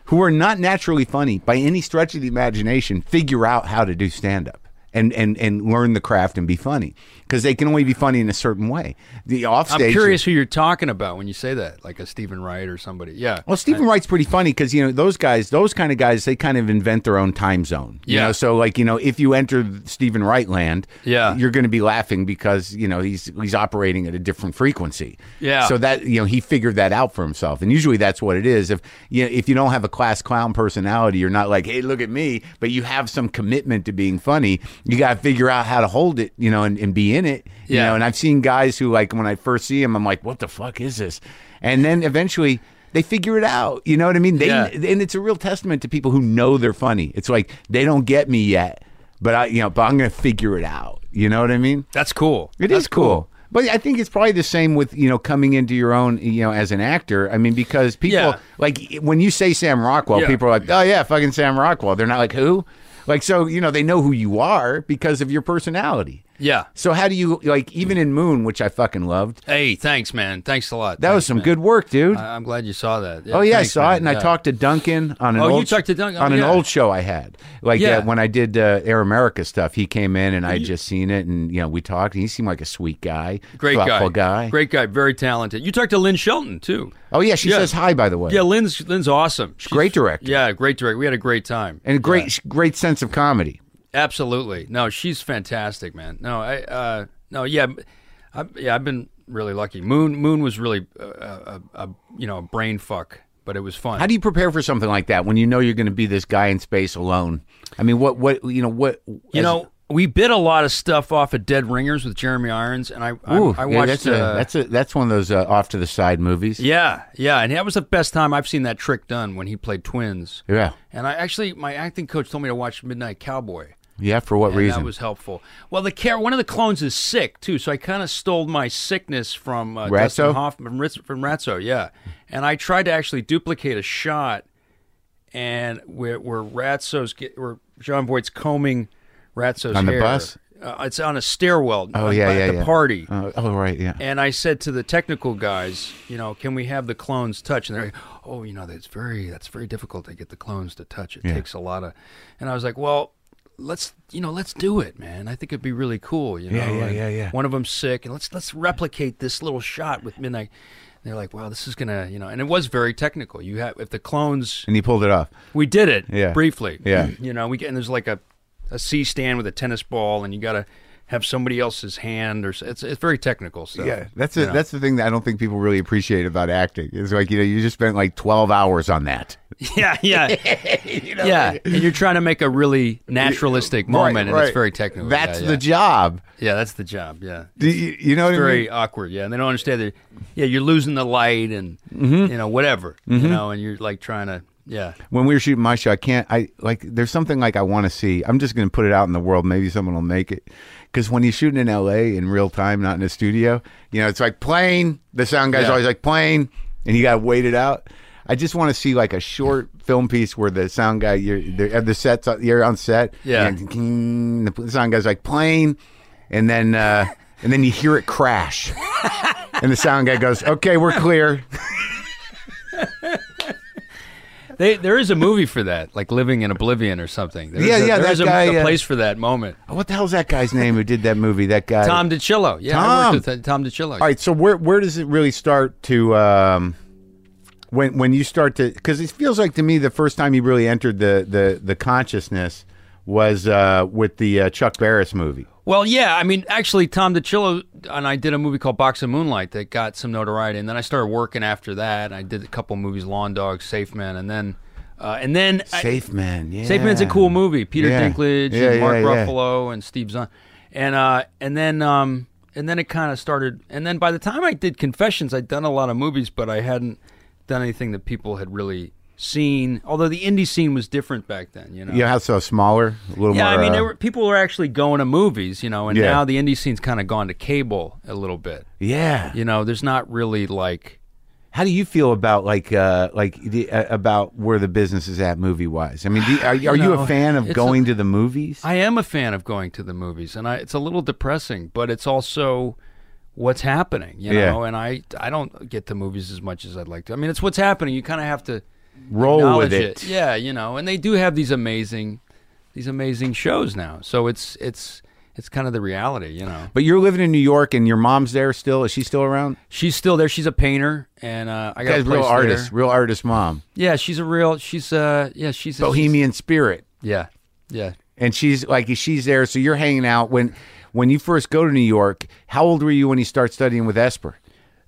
A: who are not naturally funny by any stretch of the imagination figure out how to do stand up. And, and, and learn the craft and be funny because they can only be funny in a certain way. The
D: I'm
A: offstage.
D: curious who you're talking about when you say that, like a Stephen Wright or somebody. Yeah.
A: Well, Stephen Wright's pretty funny because you know those guys, those kind of guys, they kind of invent their own time zone. You
D: Yeah.
A: know, so like you know, if you enter Stephen Wright land,
D: Yeah.
A: you're going to be laughing because you know he's he's operating at a different frequency.
D: Yeah.
A: So that you know he figured that out for himself, and usually that's what it is. If you know, if you don't have a class clown personality, you're not like, hey, look at me, but you have some commitment to being funny. You got to figure out how to hold it, you know, and, and be in it. You
D: Yeah.
A: know, and I've seen guys who like when I first see them, I'm like, what the fuck is this? And then eventually they figure it out. You know what I mean? They
D: Yeah.
A: and it's a real testament to people who know they're funny. It's like they don't get me yet, but I you know, but I'm gonna figure it out. You know what I mean?
D: That's cool.
A: It is cool. But I think it's probably the same with you know coming into your own you know as an actor. I mean because people
D: Yeah.
A: like when you say Sam Rockwell,
D: Yeah.
A: people are like, oh yeah, fucking Sam Rockwell. They're not like who, like so you know they know who you are because of your personality.
D: Yeah.
A: So how do you like even in Moon, which I fucking loved?
D: Hey, thanks, man. Thanks a lot.
A: That was some good work, dude.
D: I- I'm glad you saw that.
A: oh yeah,
D: thanks,
A: I saw
D: man.
A: it, and
D: Yeah.
A: I talked to Duncan on an
D: Oh, you
A: old
D: talked to Duncan.
A: on
D: Oh,
A: an
D: yeah.
A: old show I had. Like
D: Yeah.
A: uh, when I did uh, Air America stuff, he came in and I had just seen it, and you know we talked. And he seemed like a sweet guy,
D: Great guy.
A: thoughtful guy.
D: Great guy. Very talented. You talked to Lynn Shelton too.
A: Oh yeah, she
D: Yeah.
A: says hi by the way.
D: Yeah, Lynn's Lynn's awesome. She's,
A: Great director.
D: Yeah, great director. We had a great time.
A: and a great great sense of comedy.
D: Absolutely. No, she's fantastic, man. No, I uh no, yeah. I, yeah, I've been really lucky. Moon Moon was really uh, a, a, a you know, a brain fuck, but it was fun.
A: How do you prepare for something like that when you know you're going to be this guy in space alone? I mean, what what you know what
D: you know we bid a lot of stuff off of Dead Ringers with Jeremy Irons, and I I,
A: Ooh,
D: I
A: yeah,
D: watched
A: that's,
D: uh,
A: a, that's a that's one of those uh, off to the side movies.
D: yeah yeah, and that was the best time I've seen that trick done when he played twins.
A: yeah,
D: And I actually, my acting coach told me to watch Midnight Cowboy.
A: Yeah, For what
D: and
A: reason?
D: That was helpful. Well, the care one of the clones is sick too, so I kind of stole my sickness from uh,
A: Ratso?
D: Dustin Hoffman from Ritz- from Ratso, yeah. And I tried to actually duplicate a shot, and where where Ratso's get, where John Voight's combing Ratso's
A: On the
D: hair.
A: bus?
D: Uh, it's on a stairwell.
A: oh
D: uh,
A: yeah,
D: at
A: yeah,
D: the
A: yeah.
D: party.
A: Oh, oh right, yeah.
D: And I said to the technical guys, you know, can we have the clones touch? And they're like, oh, you know, that's very that's very difficult to get the clones to touch. It takes a lot of. And I was like, well, let's you know, let's do it, man. I think it'd be really cool. You know,
A: Yeah, yeah,
D: And
A: yeah, yeah.
D: One of them's sick, and let's let's replicate this little shot with midnight. And they're like, wow, this is gonna, you know, and it was very technical. You have if the clones
A: And you pulled it off.
D: we did it
A: Yeah.
D: briefly.
A: Yeah.
D: You know, we get and there's like a, a C stand with a tennis ball, and you got to have somebody else's hand or s- it's it's very technical stuff.
A: Yeah, that's a, that's the thing that I don't think people really appreciate about acting. Is like you know you just spent like twelve hours on that.
D: yeah, yeah, yeah. And you're trying to make a really naturalistic moment, and it's very technical.
A: That's
D: yeah,
A: the
D: yeah.
A: job.
D: yeah, that's the job. Yeah.
A: Do you, you know what I
D: very
A: mean?
D: awkward. Yeah, and they don't understand that. Yeah, you're losing the light, and
A: Mm-hmm.
D: you know whatever. You know, and you're like trying to. Yeah,
A: When we were shooting my show, I can't. I like there's something like I want to see. I'm just going to put it out in the world. Maybe someone will make it. Because when you're shooting in L.A. in real time, not in a studio, you know it's like plane. The sound guy's
D: Yeah.
A: always like plane, and you got to wait it out. I just want to see like a short film piece where the sound guy, you're the, the sets, uh, you're on set,
D: Yeah.
A: and king, the sound guy's like plane, and then uh, and then you hear it crash, and the sound guy goes, "Okay, we're clear."
D: they, there is a movie for that, like living in oblivion or something. There is
A: Yeah,
D: a,
A: yeah,
D: there
A: that
D: is a,
A: guy, uh,
D: a
A: yeah.
D: place for that moment.
A: What the hell's that guy's name who did that movie? That guy,
D: Tom DiCillo. Yeah, I worked
A: Tom.
D: with uh, Tom DiCillo.
A: All right, so where where does it really start to um, when when you start to because it feels like to me the first time you really entered the the the consciousness was uh, with the uh, Chuck Barris movie.
D: Well, yeah, I mean, actually, Tom DiCillo and I did a movie called Box of Moonlight that got some notoriety, and then I started working after that. I did a couple movies, Lawn Dog, Safe Man, and then, uh, and then I-
A: Safe Man, yeah.
D: Safe Man's a cool movie. Peter
A: Yeah.
D: Dinklage,
A: Yeah,
D: and Mark
A: yeah, yeah.
D: Ruffalo, and Steve Zahn, and uh, and then um, and then it kind of started. And then by the time I did Confessions, I'd done a lot of movies, but I hadn't done anything that people had really seen. Although the indie scene was different back then, you know.
A: You have so smaller, a little
D: Yeah,
A: more.
D: I mean,
A: uh,
D: there were, people were actually going to movies, you know, and
A: Yeah.
D: now the indie scene's kind of gone to cable a little bit.
A: yeah.
D: You know, there's not really like,
A: How do you feel about like uh, like the, uh, about where the business is at movie wise? I mean, do, are, are you, a
D: know,
A: fan of
D: it's
A: going to the movies?
D: I am a fan of going to the movies, and I, it's a little depressing, but it's also what's happening, you
A: Yeah.
D: know, and I, I don't get to movies as much as I'd like to. I mean, it's what's happening. You kind of have to
A: Roll
D: acknowledge
A: with
D: it. Yeah, you know, and they do have these amazing, these amazing shows now. So it's, it's, it's kind of the reality, you know.
A: But you're living in New York, and your mom's there still. Is she still around?
D: She's still there. She's a painter, and uh, I got a
A: Guys, real
D: place
A: artist,
D: there.
A: real artist mom,
D: Yeah, she's a real. She's uh, yeah, she's
A: bohemian spirit,
D: she's- yeah, yeah.
A: and she's like she's there. So you're hanging out when when you first go to New York. How old were you when you start studying with Esper?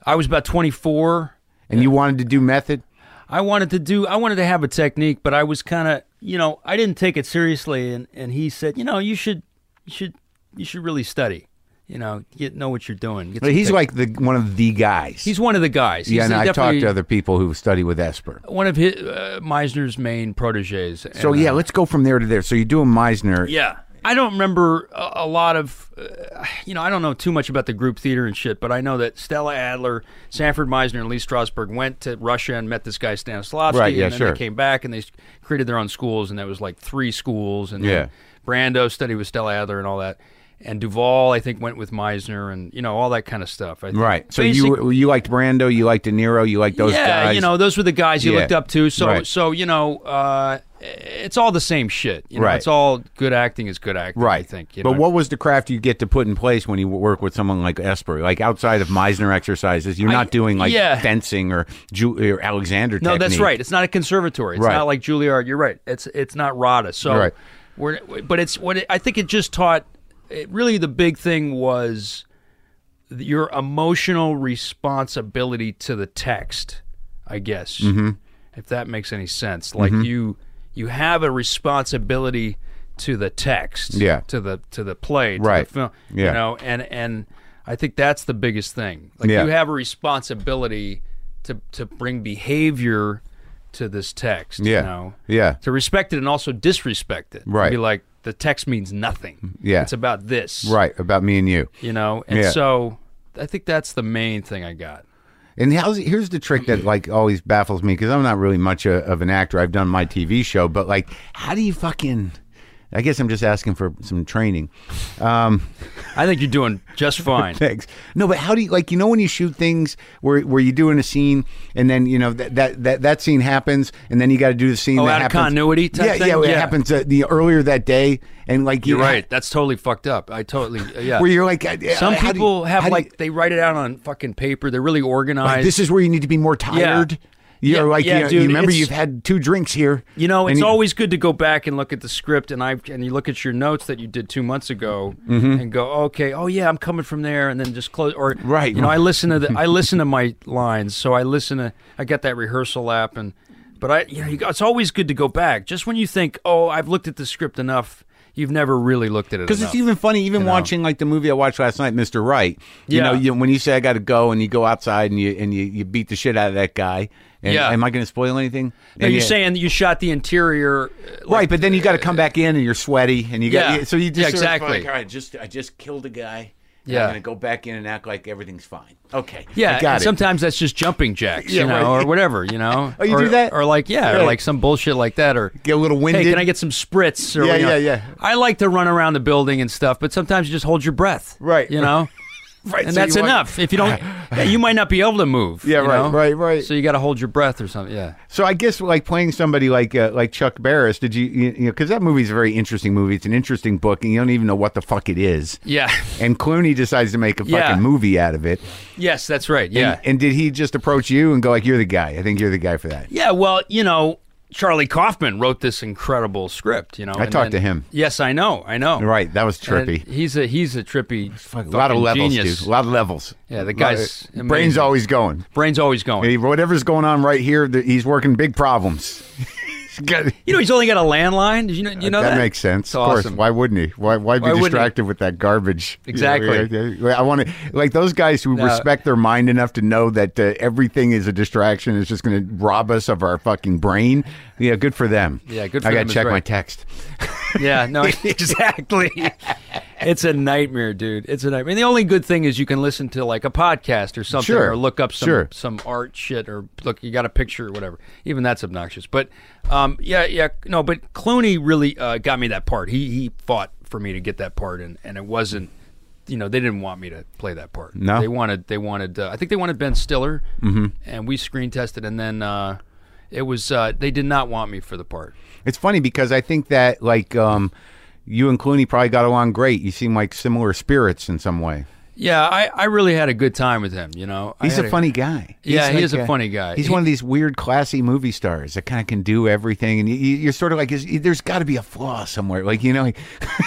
D: I was about 24.
A: And you wanted to do method.
D: I wanted to do. I wanted to have a technique, but I was kind of, you know, I didn't take it seriously. And and he said, you know, you should, you should, you should really study. You know, get know what you're doing. Get
A: But
D: some
A: he's
D: tech-
A: like the one of the guys.
D: he's one of the guys.
A: yeah,
D: he's
A: and I talked
D: definitely
A: to other people who study with Esper.
D: one of his uh, Meisner's main proteges.
A: So yeah, let's go from there to there. So you're doing Meisner.
D: Yeah. I don't remember a, a lot of, uh, you know, I don't know too much about the group theater and shit, but I know that Stella Adler, Sanford Meisner, and Lee Strasberg went to Russia and met this guy Stanislavski,
A: Right, yeah,
D: and then
A: sure.
D: they came back and they s- created their own schools, and there was like three schools, and
A: Yeah.
D: then Brando studied with Stella Adler and all that, and Duvall I think went with Meisner, and you know all that kind of stuff. I think.
A: Right. So
D: Basic-
A: you you liked Brando, you liked De Niro, you liked those
D: yeah,
A: guys.
D: you know, those were the guys you
A: Yeah.
D: looked up to. So,
A: Right.
D: so you know, uh, it's all the same shit. You know,
A: Right.
D: It's all good acting is good acting.
A: Right.
D: I think. You
A: but
D: know?
A: what was the craft you get to put in place when you w- work with someone like Esper? Like outside of Meisner exercises, you're not doing like
D: yeah.
A: fencing or, Ju- or Alexander.
D: No, that's
A: technique.
D: right. It's not a conservatory. It's
A: Right.
D: not like Juilliard. You're right. It's it's not RADA. So
A: Right.
D: we're but it's what it, I think it just taught. It, really, the big thing was your emotional responsibility to the text. I guess
A: Mm-hmm.
D: if that makes any sense. Like you you have a responsibility to the text,
A: Yeah.
D: to the to the play, to
A: Right.
D: the film,
A: Yeah.
D: you know, and and I think that's the biggest thing. Like
A: Yeah.
D: you have a responsibility to to bring behavior to this text,
A: Yeah.
D: you know,
A: Yeah.
D: to respect it and also disrespect it,
A: Right.
D: Be like the text means nothing,
A: Yeah.
D: it's about this,
A: Right, about me and you.
D: You know, and
A: Yeah.
D: so I think that's the main thing I got.
A: And how's, here's the trick
D: Mm-hmm.
A: that like always baffles me because I'm not really much a, of an actor. I've done my TV show, but like, how do you fucking? I guess I'm just asking for some training.
D: I think you're doing just fine.
A: Thanks. No, but how do you like? You know when you shoot things where where you're doing a scene and then you know that that that, that scene happens and then you got to do the scene
D: Oh,
A: that
D: out of
A: happens.
D: continuity type
A: yeah,
D: thing?
A: yeah, it
D: Yeah.
A: happens uh, the earlier that day and like you
D: You're right. That's tototally fucked up. I totally yeah.
A: Where you're like, uh,
D: Some
A: how do you-
D: people have
A: how do you-
D: like they write it out on fucking paper. They're really organized.
A: like, this is where you need to be more tired. You're
D: Yeah,
A: like
D: yeah,
A: you, know,
D: dude,
A: you remember
D: it's-
A: you've had two drinks here.
D: you know,
A: and
D: it's always good to go back and look at the script and I and you look at your notes that you did two months ago
A: Mm-hmm.
D: and go, okay, oh yeah, I'm coming from there, and then just close or
A: Right.
D: You know, I listen to the I listen to my lines, so I listen to I got that rehearsal app and but I you know you, go- it's always good to go back just when you think, oh, I've looked at the script enough. You've never really looked at it
A: Because
D: enough.
A: it's even funny, even watching like the movie I watched last night, Mr. Right. You
D: Yeah.
A: know, you, when you say I got to go, and you go outside and you and you, you beat the shit out of that guy. And
D: Yeah.
A: Am I going to spoil anything?
D: Now
A: And you-
D: you're saying you shot the interior, uh, like,
A: right, but then you got to come back in and you're sweaty and you got
D: Yeah.
A: so you just
D: Yeah,
A: sort of
D: exactly.
A: like, all right, just I just killed a guy. and
D: Yeah.
A: I'm going to go back in and act like everything's fine. Okay.
D: Yeah,
A: I got
D: and
A: it.
D: sometimes that's just jumping jacks,
A: Yeah,
D: you know,
A: right.
D: or whatever, you know.
A: Oh, you
D: or,
A: do that?
D: or like yeah,
A: Yeah.
D: or like some bullshit like that, or
A: Get a little winded.
D: Hey, can I get some spritz? Or,
A: Yeah,
D: you know,
A: yeah, yeah.
D: I like to run around the building and stuff, but sometimes you just hold your breath,
A: Right.
D: You know,
A: right,
D: and
A: so
D: that's
A: you want-
D: enough. If you don't, yeah, you might not be able to move.
A: Yeah,
D: you
A: right,
D: know?
A: right, right.
D: So you got to hold your breath or something. Yeah,
A: So I guess like playing somebody like uh, like Chuck Barris, did you you, you know because that movie's a very interesting movie. It's an interesting book, and you don't even know what the fuck it is.
D: yeah,
A: And Clooney decides to make a fucking
D: Yeah.
A: movie out of it.
D: yes, that's right. Yeah,
A: And, and did he just approach you and go like, "You're the guy. I think you're the guy for that."
D: Yeah, well, you know, Charlie Kaufman wrote this incredible script. You know,
A: I talked to him.
D: Yes, I know, I know.
A: Right. That was
D: And
A: trippy.
D: he's a he's a trippy,
A: a lot of
D: fucking
A: levels,
D: genius.
A: dude. A lot of levels.
D: Yeah,
A: A lot
D: the
A: of-
D: guy's
A: brain's
D: amazing.
A: always going.
D: Brain's always going.
A: Hey, Whatever's going on right here, th- he's working big problems. He's got-
D: You know, he's only got a landline. Did you know? You know that,
A: Uh, makes sense.
D: It's
A: of course.
D: awesome.
A: Why wouldn't he? Why, why be
D: Why wouldn't he?
A: distracted with that garbage?
D: Exactly.
A: Yeah, yeah, yeah. I want to like those guys who
D: No.
A: respect their mind enough to know that uh, everything is a distraction. It's just going to rob us of our fucking brain. Yeah, good for them.
D: Yeah, good for
A: I
D: them
A: to
D: is
A: check my
D: right.
A: text.
D: Yeah, no, exactly. it's a nightmare, dude. It's a nightmare. And the only good thing is you can listen to like a podcast or something,
A: Sure,
D: or look up some
A: sure.
D: some art shit, or look, you got a picture or whatever. Even that's obnoxious. But um, yeah, yeah, no. But Clooney really uh, got me that part. He he fought for me to get that part, and and it wasn't. You know, they didn't want me to play that part.
A: No?
D: they wanted they wanted. Uh, I think they wanted Ben Stiller, mm-hmm. and we screen tested, and then. Uh, it was uh, they did not want me for the part.
A: It's funny because I think that like um, you and Clooney probably got along great. You seem like similar spirits in some way.
D: Yeah, I, I really had a good time with him. You know, I
A: He's
D: had
A: a funny guy.
D: Yeah,
A: He's
D: he is a funny guy.
A: He's
D: He-
A: one of these weird, classy movie stars that kind of can do everything, and you, you- you're sort of like, is, there's got to be a flaw somewhere. Like you know, like-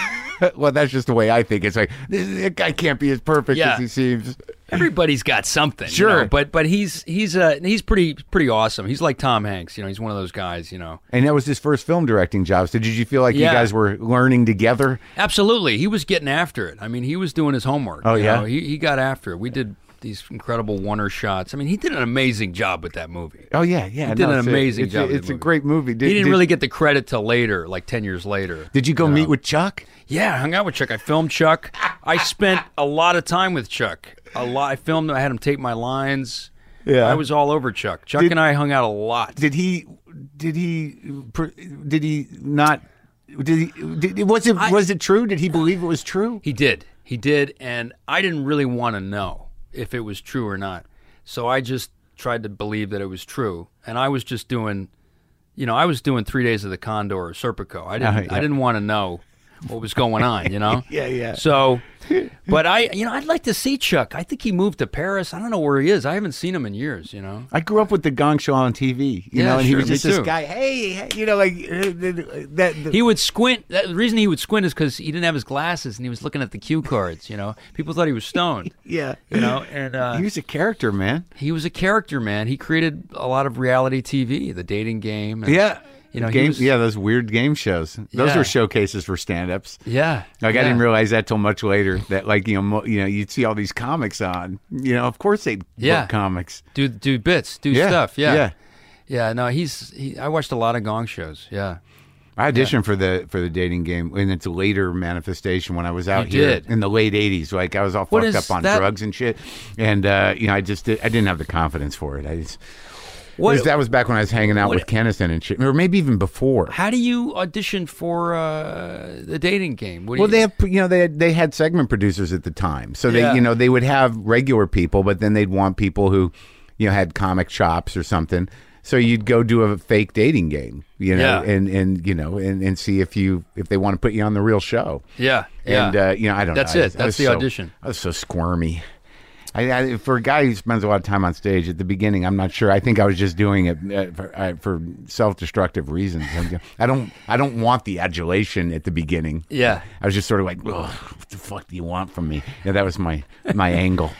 A: well, that's just the way I think. It's like this, that guy can't be as perfect
D: Yeah.
A: as he seems.
D: Everybody's got something, you
A: Sure.
D: know, but but he's he's uh he's pretty pretty awesome. He's like Tom Hanks, you know. He's one of those guys, you know.
A: And that was his first film directing job. So did you feel like you
D: Yeah.
A: guys were learning together?
D: Absolutely, he was getting after it. I mean, he was doing his homework.
A: Oh,
D: you
A: yeah?
D: know. he he got after it. We did these incredible one-er shots. I mean, he did an amazing job with that movie.
A: Oh yeah, yeah.
D: He did an
A: it's a-
D: amazing
A: it's a-
D: job with
A: it's a
D: the movie.
A: great movie. Did,
D: he didn't
A: did-
D: really get the credit till later, like ten years later.
A: Did you go meet with Chuck?
D: Yeah, I hung out with Chuck. I filmed Chuck. I spent a lot of time with Chuck. A lot. I filmed him. I had him tape my lines.
A: Yeah.
D: I was all over Chuck. Chuck
A: Did-
D: and I hung out a lot.
A: did he did he per- did he not did he did, was it was it true did he believe it was true
D: He did. He did, and I didn't really want to know if it was true or not. So I just tried to believe that it was true, and I was just doing, you know, I was doing three days of the Condor or Serpico. I didn't.
A: Oh, yeah.
D: I didn't want to know what was going on. You know.
A: Yeah, yeah.
D: So, but I, you know, I'd like to see Chuck. I think he moved to Paris. I don't know where he is. I haven't seen him in years. You know.
A: I grew up with the Gong Show on TV, you
D: Yeah,
A: know, and he
D: sure,
A: was
D: me
A: just this
D: too.
A: guy. Hey, hey," you know, like uh, that. that-
D: He would squint. that- The reason he would squint is because he didn't have his glasses and he was looking at the cue cards. You know, people thought he was stoned.
A: yeah,
D: You know, and uh,
A: he was a character, man.
D: he was a character man. He created a lot of reality TV, the dating game. And,
A: Yeah.
D: You know, he
A: game,
D: was-
A: yeah, those weird game shows. Those
D: Yeah.
A: were showcases for stand-ups.
D: yeah.
A: Like I
D: yeah.
A: didn't realize that till much later. That like you know mo- you know you'd see all these comics on. You know, of course they
D: Yeah.
A: book comics.
D: do do bits, do
A: Yeah,
D: stuff. Yeah.
A: yeah.
D: yeah, No, he's. He, I watched a lot of Gong shows. Yeah,
A: I auditioned for the for the dating game in its later manifestation when I was out
D: You
A: here
D: did.
A: in the late '80s. Like I was all
D: What
A: fucked
D: is
A: up on
D: that-
A: drugs and shit, and uh, you know I just did, I didn't have the confidence for it. I just
D: What-
A: that was back when I was hanging out
D: what-
A: with Kennison and shit, or maybe even before.
D: how do you audition for uh, the dating game? What do
A: Well,
D: you-
A: they have you know they they had segment producers at the time, so they
D: Yeah.
A: you know they would have regular people, but then they'd want people who you know had comic chops or something. So you'd go do a fake dating game, you know,
D: Yeah.
A: and and you know and, and see if you if they want to put you on the real show.
D: yeah, yeah.
A: And uh, you know I don't.
D: That's
A: know. I
D: it.
A: was- I
D: That's
A: was
D: the
A: so-
D: audition.
A: I was so squirmy. I, I, for a guy who spends a lot of time on stage at the beginning, I'm not sure. I think I was just doing it uh, for, uh, for self-destructive reasons. I'm just- I don't. I don't want the adulation at the beginning.
D: Yeah.
A: I was just sort of like, "Ugh, what the fuck do you want from me? Yeah, that was my my angle.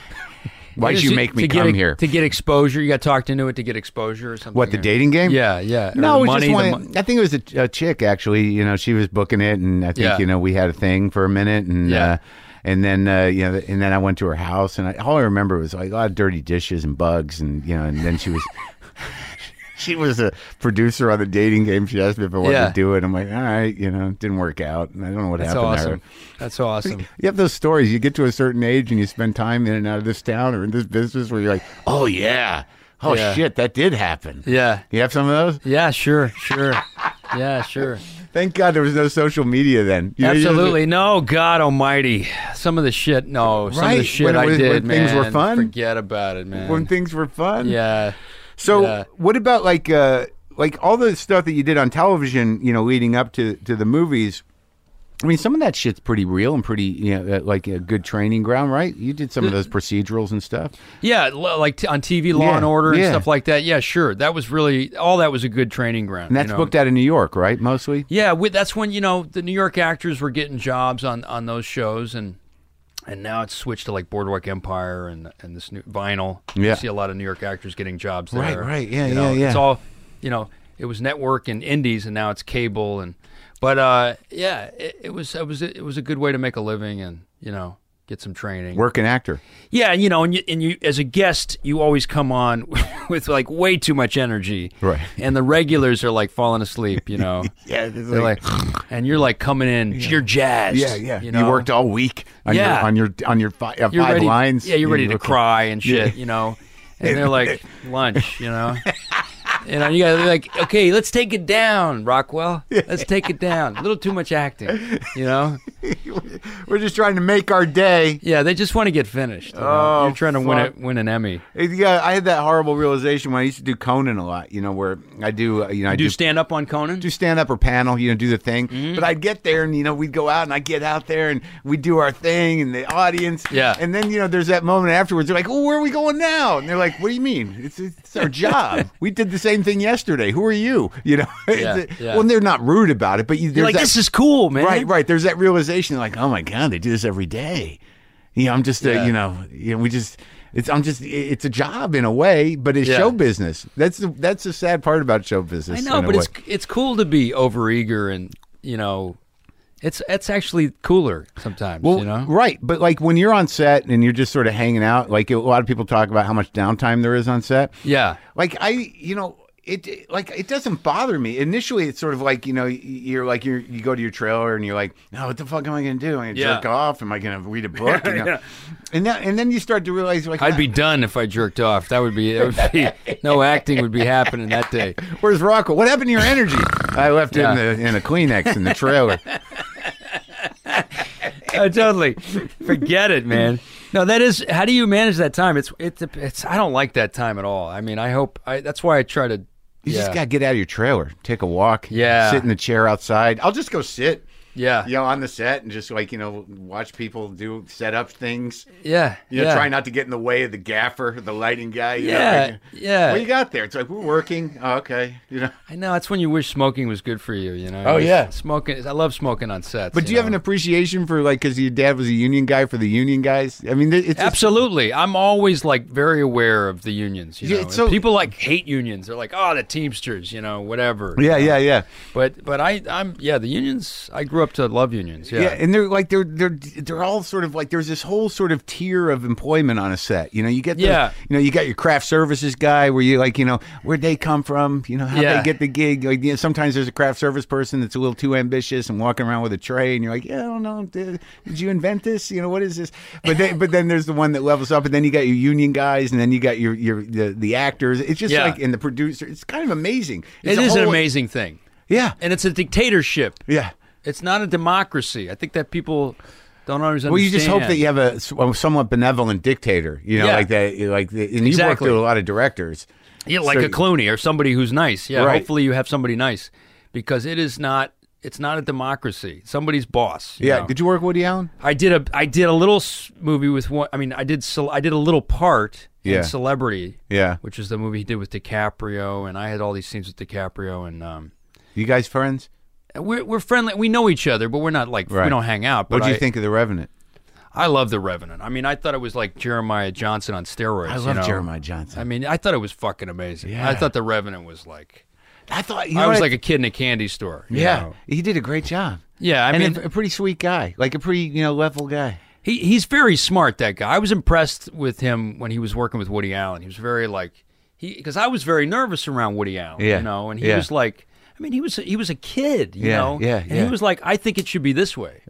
A: Why'd
D: Just
A: you
D: to-
A: make me
D: to
A: come
D: get,
A: here?
D: to get exposure? You got talked into it to get exposure or something.
A: what the
D: or-
A: dating game?
D: Yeah, yeah. Uh, Or
A: No,
D: the
A: it was
D: money,
A: just one.
D: the mon-
A: I think it was a, a chick actually. You know, she was booking it, and I think
D: Yeah.
A: you know we had a thing for a minute, and
D: Yeah.
A: uh, and then uh, you know, and then I went to her house, and I, all I remember was like a lot of dirty dishes and bugs, and you know, and then she was. She was a producer on the dating game. She asked me if I wanted
D: Yeah.
A: to do it. I'm like, all right, you know, didn't work out. And I don't know what
D: That's
A: happened
D: awesome.
A: there.
D: That's awesome.
A: You have those stories. You get to a certain age and you spend time in and out of this town or in this business where you're like, oh, yeah. Oh,
D: Yeah.
A: shit, that did happen.
D: Yeah,
A: You have some of those?
D: yeah. Sure, sure. yeah, sure.
A: Thank God there was no social media then. You know, you just-
D: Absolutely. No, God Almighty. Some of the shit. No, some of
A: Right.
D: the shit
A: When it
D: I
A: was-
D: did,
A: when things were
D: man,
A: fun.
D: Forget about it, man.
A: when things were fun.
D: yeah.
A: So
D: yeah.
A: what about like uh like all the stuff that you did on television, you know, leading up to to the movies? I mean, some of that shit's pretty real and pretty, you know, uh, like a good training ground, right? You did some of those procedurals and stuff.
D: Yeah, l- like t- on TV, Law
A: Yeah,
D: and Order and
A: yeah.
D: stuff like that. Yeah, sure. That was really all. That was a good training ground.
A: And that's
D: you know?
A: booked out of New York, right? Mostly?
D: Yeah, we, that's when you know the New York actors were getting jobs on on those shows, and and now it's switched to like Boardwalk Empire and and this new vinyl.
A: Yeah.
D: you see a lot of New York actors getting jobs
A: Right,
D: there.
A: right. Yeah,
D: You know,
A: yeah, yeah.
D: It's all you know. It was network and indies, and now it's cable. And but uh, yeah, it, it was it was it was a good way to make a living, and you know. Get some training.
A: Working actor.
D: Yeah, you know, and you, and you as a guest, you always come on with like way too much energy,
A: Right.
D: And the regulars are like falling asleep, you know.
A: Yeah, it's
D: They're like, and you're like coming in, you're jazzed.
A: Yeah, yeah.
D: You,
A: You,
D: know?
A: worked all week on
D: Yeah.
A: your on your on your fi- uh,
D: You're
A: five
D: ready-
A: lines.
D: Yeah, you're ready to
A: okay.
D: cry and shit, you know. And they're like lunch, you know. You know, you gotta be like, okay, let's take it down, Rockwell. Let's take it down. A little too much acting, you know.
A: We're just trying to make our day.
D: Yeah, they just want to get finished. You know?
A: Oh,
D: you're trying to win
A: fuck.
D: it, win an Emmy.
A: It- Yeah, I had that horrible realization when I used to do Conan a lot. You know, where I do, uh, you know, I
D: Do Mm-hmm.
A: do
D: you stand up on Conan?
A: do stand up or panel, you know, do the thing. But I'd get there and you know we'd go out and I would get out there and we would do our thing and the audience.
D: Yeah.
A: And then you know there's that moment afterwards. They're like, "Oh, where are we going now?" And they're like, "What do you mean? It's it's our job. we did the same thing yesterday. Who are you?" You know.
D: Yeah,
A: It's-
D: yeah.
A: Well, they're not rude about it, but you
D: You're
A: there's
D: like,
A: that-
D: this is cool, man.
A: Right, right. There's that realization, like, oh my god, they do this every day. You know, I'm just, a,
D: Yeah.
A: you know, you know, we just, it's, I'm just, i- it's a job in a way, but it's
D: Yeah.
A: show business. That's the, that's the sad part about show business.
D: I know,
A: in a
D: but it's
A: way.
D: it's cool to be overeager and you know, it's it's actually cooler sometimes.
A: Well,
D: you know,
A: right, but like when you're on set and you're just sort of hanging out, like a lot of people talk about how much downtime there is on set.
D: yeah,
A: like I, you know, it it- like it doesn't bother me. Initially, it's sort of like you know, y- you're like you you go to your trailer and you're like, no, what the fuck am I going to do? Am I going to
D: Yeah.
A: jerk off? Am I going to read a book? You know? And then and then you start to realize like
D: I'd be done if I jerked off. That would be it. Would be no acting would be happening that day.
A: Where's Rocco? What happened to your energy? I left
D: Yeah.
A: it in the in a Kleenex in the trailer.
D: Oh, totally, forget it, man. No, that is. How do you manage that time? It's it's it's. I don't like that time at all. I mean, I hope. I that's why I try to.
A: You
D: yeah.
A: just got to get out of your trailer, take a walk,
D: Yeah.
A: sit in the chair outside. I'll just go sit.
D: Yeah.
A: you know, on the set and just like, you know, watch people do set up things.
D: Yeah.
A: You know,
D: yeah.
A: try not to get in the way of the gaffer, the lighting guy. You
D: Yeah,
A: Know, like,
D: yeah.
A: What you got there? It's like, we're working. Oh, okay. You know.
D: I know. That's when you wish smoking was good for you. You know.
A: Oh, yeah.
D: Smoking. I love smoking on sets.
A: But do you have
D: know?
A: an appreciation for like, because your dad was a union guy for the union guys? I mean, it's
D: Absolutely. I'm always like very aware of the unions. You
A: Yeah,
D: know?
A: it's so-
D: And people like hate unions. They're like, oh, the Teamsters, you know, whatever.
A: yeah, yeah, yeah,
D: But but I I'm yeah the unions. I grew up to love unions.
A: yeah,
D: Yeah.
A: And they're like they're they're they're all sort of like there's this whole sort of tier of employment on a set. You know, you get the,
D: Yeah.
A: You know, you got your craft services guy where you like you know where'd they come from? You know, how would
D: Yeah.
A: they get the gig? Like you know, sometimes there's a craft service person that's a little too ambitious and walking around with a tray, and you're like, yeah, I don't know, did, did you invent this? You know, what is this? But then but then there's the one that levels up, and then you got your union guys, and then you got your your the, the actors. It's just
D: Yeah.
A: like and the producer. It's kind of amazing. It's
D: It
A: a
D: is an
A: whole-
D: amazing thing,
A: Yeah,
D: and it's a dictatorship.
A: yeah.
D: It's not a democracy. I think that people don't always understand.
A: Well, you just hope that you have a, s- a somewhat benevolent dictator, you know,
D: Yeah.
A: like that. Like, the, and you've worked
D: Exactly.
A: with a lot of directors.
D: Yeah, like
A: So-
D: a Clooney or somebody who's nice. Yeah,
A: Right.
D: hopefully you have somebody nice because it is not it's not a democracy. Somebody's boss. you
A: Yeah.
D: know?
A: Did you work with Woody Allen?
D: I did a I did a little s- movie with one. I mean, I did cel- I did a little part
A: Yeah.
D: in Celebrity,
A: Yeah.
D: which is the movie he did with DiCaprio, and I had all these scenes with DiCaprio, and um,
A: You guys friends?
D: we're we're friendly. We know each other, but we're not like
A: Right.
D: we don't hang out. But
A: What do you
D: I-
A: think of The Revenant?
D: I love The Revenant. I mean, I thought it was like Jeremiah Johnson on steroids.
A: I
D: you
A: love
D: know?
A: Jeremiah Johnson.
D: I mean, I thought it was fucking amazing.
A: Yeah.
D: I thought The Revenant was like
A: I thought you
D: I
A: know
D: was
A: what
D: like a kid in a candy store. you
A: yeah,
D: know?
A: he did a great job.
D: yeah. I
A: and
D: mean,
A: a, a pretty sweet guy, like a pretty you know level guy.
D: He he's very smart. That guy. I was impressed with him when he was working with Woody Allen. He was very like he because I was very nervous around Woody Allen.
A: Yeah,
D: You know, and he
A: yeah.
D: was like. I mean, he was he was a kid, you
A: Yeah,
D: know.
A: yeah,
D: And
A: yeah.
D: he was like, I think it should be this way,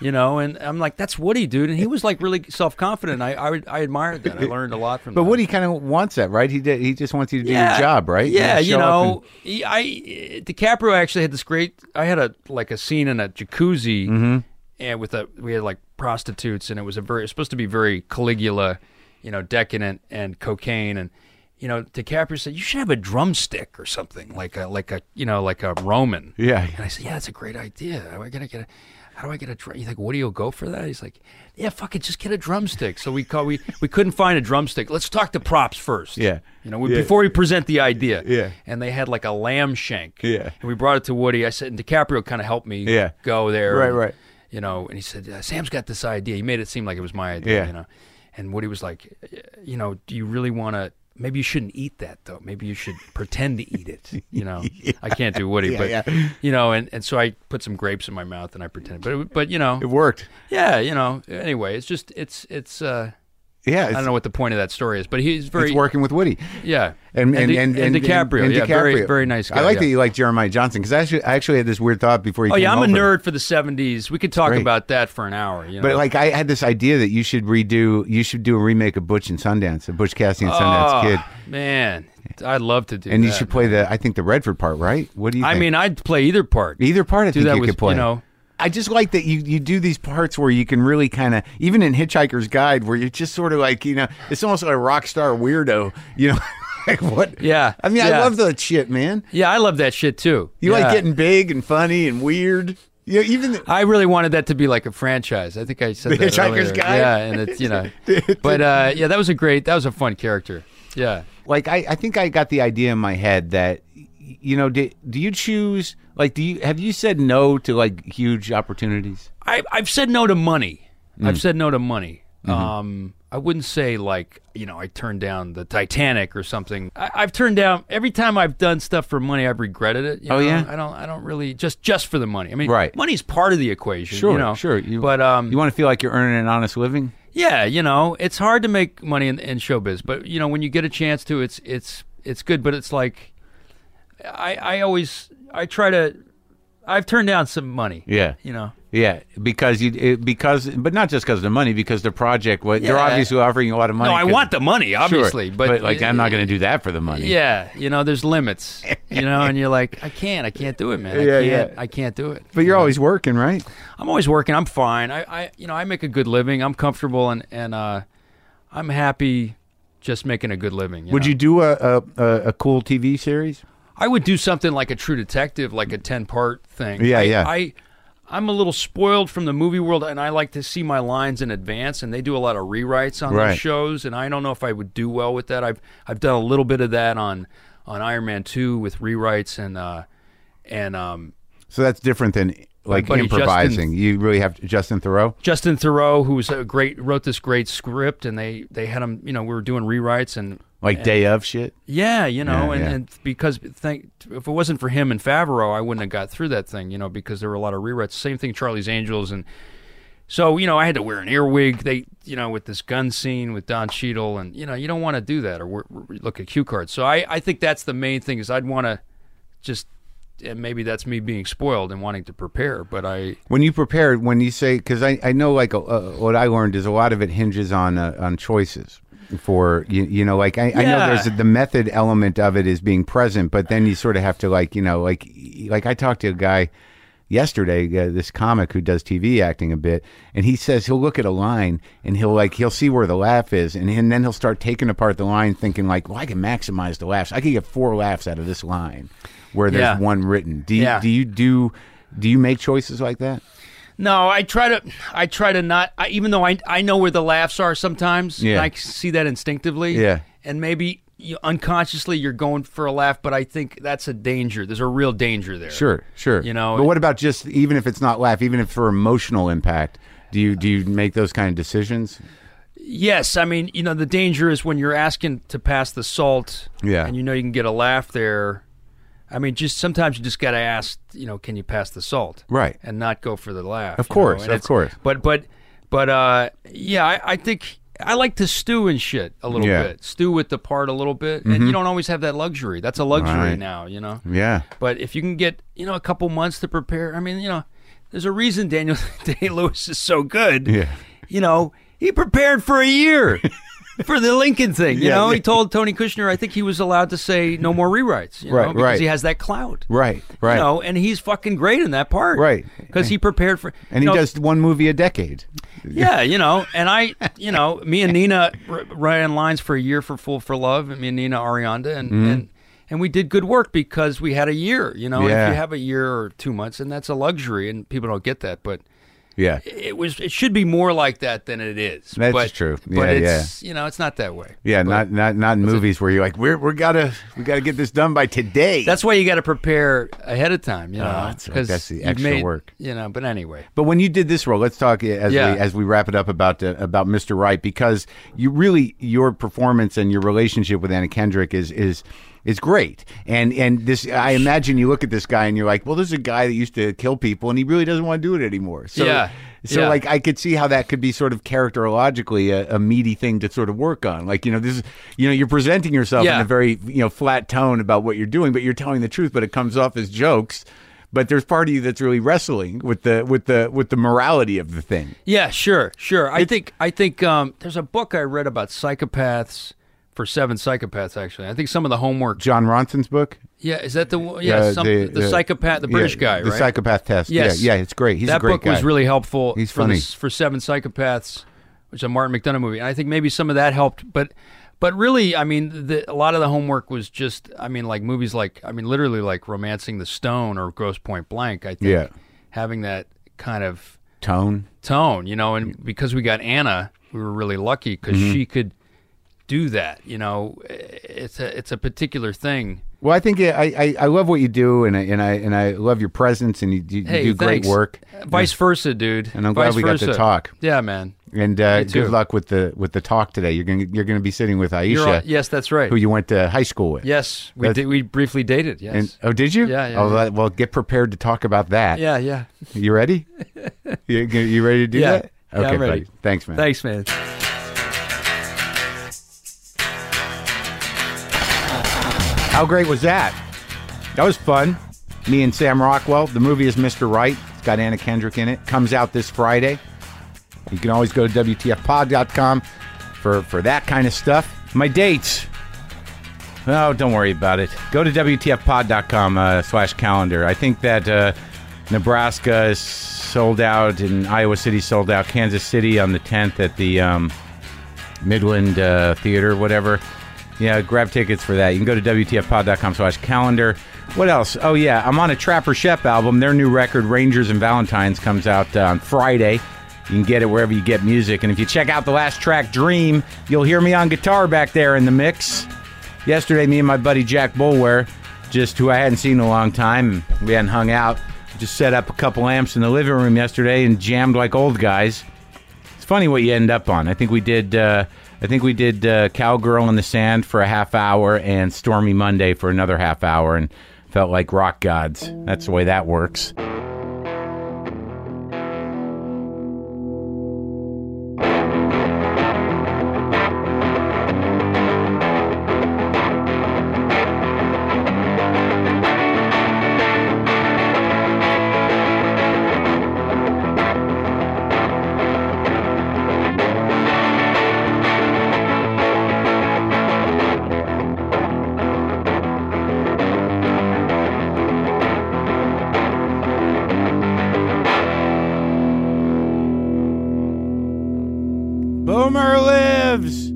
D: you know. And I'm like, that's Woody, dude. And he was like really self confident. I, I I admired that. I learned a lot from.
A: But
D: that.
A: Woody kind of wants that, right? He did. He just wants you to do your job, right?
D: Yeah, you
A: show up
D: know, he- I DiCaprio actually had this great. I had a like a scene in a jacuzzi,
A: Mm-hmm.
D: and with a we had like prostitutes, and it was a very it was supposed to be very Caligula, you know, decadent and cocaine, and you know, DiCaprio said you should have a drumstick or something like a like a you know like a Roman.
A: and- yeah,
D: And I said, yeah, that's a great idea. How do I gotta get a, how do I get a drum? You think Woody will go for that? He's like, yeah, fuck it, just get a drumstick. So we call, we we couldn't find a drumstick. Let's talk to props first.
A: Yeah.
D: you know, we,
A: Yeah.
D: before we present the idea.
A: Yeah.
D: and they had like a lamb shank.
A: Yeah.
D: and we brought it to Woody. I said, and DiCaprio kind of helped me.
A: Yeah.
D: go there.
A: Right,
D: and,
A: right.
D: You know, and he said, uh, Sam's got this idea. He made it seem like it was my idea.
A: Yeah.
D: You know, and Woody was like, you know, do you really want to? Maybe you shouldn't eat that though. Maybe you should pretend to eat it. You know, I can't do Woody, but
A: yeah.
D: you know, and, and so I put some grapes in my mouth and I pretended, but it, but you know,
A: it worked.
D: yeah, you know. Anyway, it's just it's it's uh,
A: Yeah,
D: I
A: it's,
D: don't know what the point of that story is, but he's very
A: it's working with Woody.
D: yeah,
A: and and and,
D: and DiCaprio,
A: and
D: yeah, very
A: DiCaprio.
D: very nice. Guy,
A: I like
D: yeah.
A: that you like Jeremiah Johnson because I actually, I actually had this weird thought before you.
D: Oh
A: came
D: yeah, I'm a
A: over.
D: nerd for the '70s. We could talk
A: Great.
D: about that for an hour. You know?
A: But like I had this idea that you should redo, you should do a remake of Butch and Sundance, a Butch Cassidy and Sundance
D: Oh,
A: Kid,
D: man, I'd love to do.
A: and you
D: that.
A: should play the, I think the Redford part, right? What do you?
D: I
A: think?
D: mean, I'd play either part.
A: either part, I
D: do
A: think
D: that
A: you
D: with
A: could play.
D: you know.
A: I just like that you you do these parts where you can really kind of even in Hitchhiker's Guide, where you're just sort of like you know, it's almost like a rock star weirdo, you know. Like what?
D: Yeah,
A: I mean, I
D: yeah.
A: love that shit, man.
D: Yeah, I love that shit too.
A: You like
D: Yeah.
A: getting big and funny and weird. You know, even the,
D: I really wanted that to be like a franchise. I think I said
A: The
D: that
A: Hitchhiker's
D: earlier.
A: Guide?
D: Yeah, and it's you know, but uh, yeah, that was a great, that was a fun character. Yeah,
A: like I, I think I got the idea in my head that y- you know do, do you choose like do you have you said no to like huge opportunities
D: I, I've said no to money. I've said no to money. Um, I wouldn't say like you know I turned down the Titanic or something. I, I've turned down every time I've done stuff for money. I've regretted it. you
A: Oh,
D: know?
A: yeah?
D: I don't. I don't really just just for the money. I mean,
A: Right.
D: Money's part of the equation.
A: Sure,
D: you know?
A: sure. You-
D: but um,
A: you want to feel like you're earning an honest living
D: Yeah, you know, it's hard to make money in, in showbiz, but you know, when you get a chance to, it's it's it's good. But it's like, I I always I try to, I've turned down some money.
A: Yeah.
D: you know,
A: yeah because you it, because but not just because of the money because the project what they're
D: Yeah.
A: obviously offering you a lot of money
D: no, I
A: 'cause-
D: want the money,
A: Sure,
D: obviously, but,
A: like I'm not going to do that for the money
D: Yeah, you know, there's limits, you know, and you're like, I can't, I can't do it, man. I
A: Yeah,
D: can't,
A: yeah.
D: I can't do it.
A: but you're always working right
D: I'm always working. I'm fine. I, I you know, I make a good living. I'm comfortable and and uh, I'm happy, just making a good living.
A: would
D: know?
A: you do a, a a a cool TV series
D: I would do something like a True Detective, like a ten part thing.
A: Yeah,
D: I,
A: yeah.
D: I I'm a little spoiled from the movie world, and I like to see my lines in advance. And they do a lot of rewrites on
A: Right.
D: those shows, and I don't know if I would do well with that. I've I've done a little bit of that on on Iron Man two with rewrites and uh, and um,
A: So that's different than like
D: buddy
A: improvising. you really have Justin Thoreau.
D: Justin Thoreau, who was a great wrote this great script, and they they had him. You know, we were doing rewrites and.
A: Like day of shit.
D: Yeah, you know,
A: Yeah,
D: and,
A: yeah.
D: and because thank if it wasn't for him and Favreau, I wouldn't have got through that thing, you know, because there were a lot of rewrites. Same thing, Charlie's Angels, and so you know, I had to wear an earwig. They, you know, with this gun scene with Don Cheadle, and you know, you don't want to do that or wear, look at cue cards. So I, I think that's the main thing is I'd want to just, and maybe that's me being spoiled and wanting to prepare, but I
A: When you prepare, when you say, because I, I know like uh, what I learned is a lot of it hinges on uh, on choices for you, you know like I, I know
D: Yeah.
A: there's the method element of it is being present, but then you sort of have to like you know like like I talked to a guy yesterday, uh, this comic who does TV acting a bit, and he says he'll look at a line and he'll like he'll see where the laugh is, and, and then he'll start taking apart the line, thinking like, well, I can maximize the laughs, I can get four laughs out of this line where there's
D: Yeah.
A: one written. Do you,
D: Yeah.
A: do you do do you make choices like that?
D: No, I try to. I try to not. I, even though I I know where the laughs are sometimes. and
A: Yeah.
D: I see that instinctively.
A: Yeah.
D: And maybe you, unconsciously you're going for a laugh, but I think that's a danger. There's a real danger there.
A: Sure, sure.
D: You know,
A: but what about just even if it's not laugh, even if for emotional impact, do you do you make those kind of decisions?
D: Yes, I mean you know the danger is when you're asking to pass the salt.
A: Yeah.
D: And you know you can get a laugh there. I mean, just sometimes you just got to ask. You know, can you pass the salt?
A: Right.
D: And not go for the laugh.
A: Of
D: you know,
A: course,
D: and
A: of
D: it's-
A: course.
D: But but but uh, yeah, I, I think I like to stew and shit a little
A: Yeah. Mm-hmm.
D: bit. Stew with the part a little bit, and you don't always have that luxury. That's a luxury
A: Right.
D: now, you know.
A: Yeah.
D: But if you can get you know a couple months to prepare, I mean, you know, there's a reason Daniel Day Lewis is so good.
A: Yeah.
D: You know, he prepared for a year. For the Lincoln thing, you
A: Yeah,
D: know,
A: yeah.
D: he told Tony Kushner, I think he was allowed to say no more rewrites, you
A: Right,
D: know, because
A: right.
D: he has that clout,
A: Right, right.
D: You know, and he's fucking great in that part,
A: Right.
D: Because he prepared for,
A: and he
D: you know,
A: does one movie a decade.
D: yeah, you know, and I, you know, me and Nina r- ran lines for a year for Fool for Love, and me and Nina Arianda, and
A: Mm-hmm.
D: and and we did good work because we had a year. You know, And
A: Yeah.
D: if you have a year or two months, and that's a luxury, and people don't get that, but
A: Yeah.
D: it was it should be more like that than it is.
A: That's
D: but,
A: true.
D: but
A: Yeah,
D: it's you know it's not that way.
A: Yeah, not
D: But
A: not not in movies where you're like, we're we gotta we gotta get this done by today.
D: that's why you got to prepare ahead of time. You know,
A: Oh, that's right.
D: 'cause
A: That's the
D: you've
A: extra
D: made-
A: work.
D: You know, but anyway.
A: But when you did this role, let's talk as
D: Yeah.
A: we as we wrap it up about uh, about Mr. Right because you really your performance and your relationship with Anna Kendrick is is is great. And and this I imagine you look at this guy and you're like, well, this is a guy that used to kill people and he really doesn't want to do it anymore. So
D: Yeah.
A: so
D: Yeah.
A: like I could see how that could be sort of characterologically a, a meaty thing to sort of work on. Like you know this is you know you're presenting yourself in
D: Yeah.
A: a very you know flat tone about what you're doing, but you're telling the truth, but it comes off as jokes. But there's part of you that's really wrestling with the with the with the morality of the thing.
D: Yeah, sure, sure. I think I think um, there's a book I read about psychopaths for seven psychopaths. Actually, I think some of the homework.
A: John Ronson's book,
D: Yeah, is that the one- yeah
A: Uh,
D: some, the, psychopath the
A: yeah,
D: British guy
A: the
D: right?
A: psychopath test.
D: Yes.
A: Yeah, yeah, it's great. He's
D: that
A: a great
D: book
A: guy.
D: was really helpful.
A: He's
D: for
A: funny.
D: this- for Seven Psychopaths, which is a Martin McDonough movie, and I think maybe some of that helped. But but really, I mean, the, a lot of the homework was just, I mean, like movies like, I mean, literally like Romancing the Stone or Gross Point Blank. I think
A: Yeah.
D: having that kind of
A: tone.
D: tone, you know, and
A: Mm.
D: because we got Anna, we were really lucky because
A: Mm-hmm.
D: she could do that. You know, eh, it's a it's a particular thing.
A: Well, I think yeah, I, I I love what you do, and I and I and I love your presence, and you, you, you
D: Hey,
A: do great
D: thanks.
A: work.
D: Vice versa, dude.
A: And I'm
D: Vice
A: glad we got to
D: versa.
A: talk.
D: Yeah, man.
A: And uh,
D: Me too.
A: good luck with the with the talk today. You're gonna you're gonna be sitting with Aisha,
D: You're on- yes, that's right.
A: who you went to high school with.
D: yes, we
A: That's-
D: did. We briefly dated. Yes.
A: And oh, did you?
D: Yeah, yeah,
A: Oh,
D: yeah.
A: that- well, get prepared to talk about that.
D: yeah, yeah.
A: You ready? you, you ready to do
D: Yeah.
A: that?
D: Yeah, I'm
A: Okay,
D: ready.
A: buddy. Thanks, man.
D: Thanks, man.
A: How great was that? That was fun. Me and Sam Rockwell. The movie is Mr. Right. It's got Anna Kendrick in it. Comes out this Friday. You can always go to WTFpod.com for, for that kind of stuff. My dates. Oh, don't worry about it. Go to WTFpod.com uh, slash calendar. I think that uh, Nebraska is sold out and Iowa City sold out. Kansas City on the 10th at the um, Midland uh, Theater, whatever. Yeah, grab tickets for that. You can go to WTFpod.com slash calendar. What else? Oh, yeah, I'm on a Trapper Shep album. Their new record, Rangers and Valentines, comes out uh, on Friday. You can get it wherever you get music. And if you check out the last track, Dream, you'll hear me on guitar back there in the mix. Yesterday, me and my buddy Jack Bulware, just who I hadn't seen in a long time, we hadn't hung out, just set up a couple amps in the living room yesterday and jammed like old guys. It's funny what you end up on. I think we did. Uh, I think we did uh, Cowgirl in the Sand for a half hour and Stormy Monday for another half hour, and felt like rock gods. That's the way that works. Boomer lives.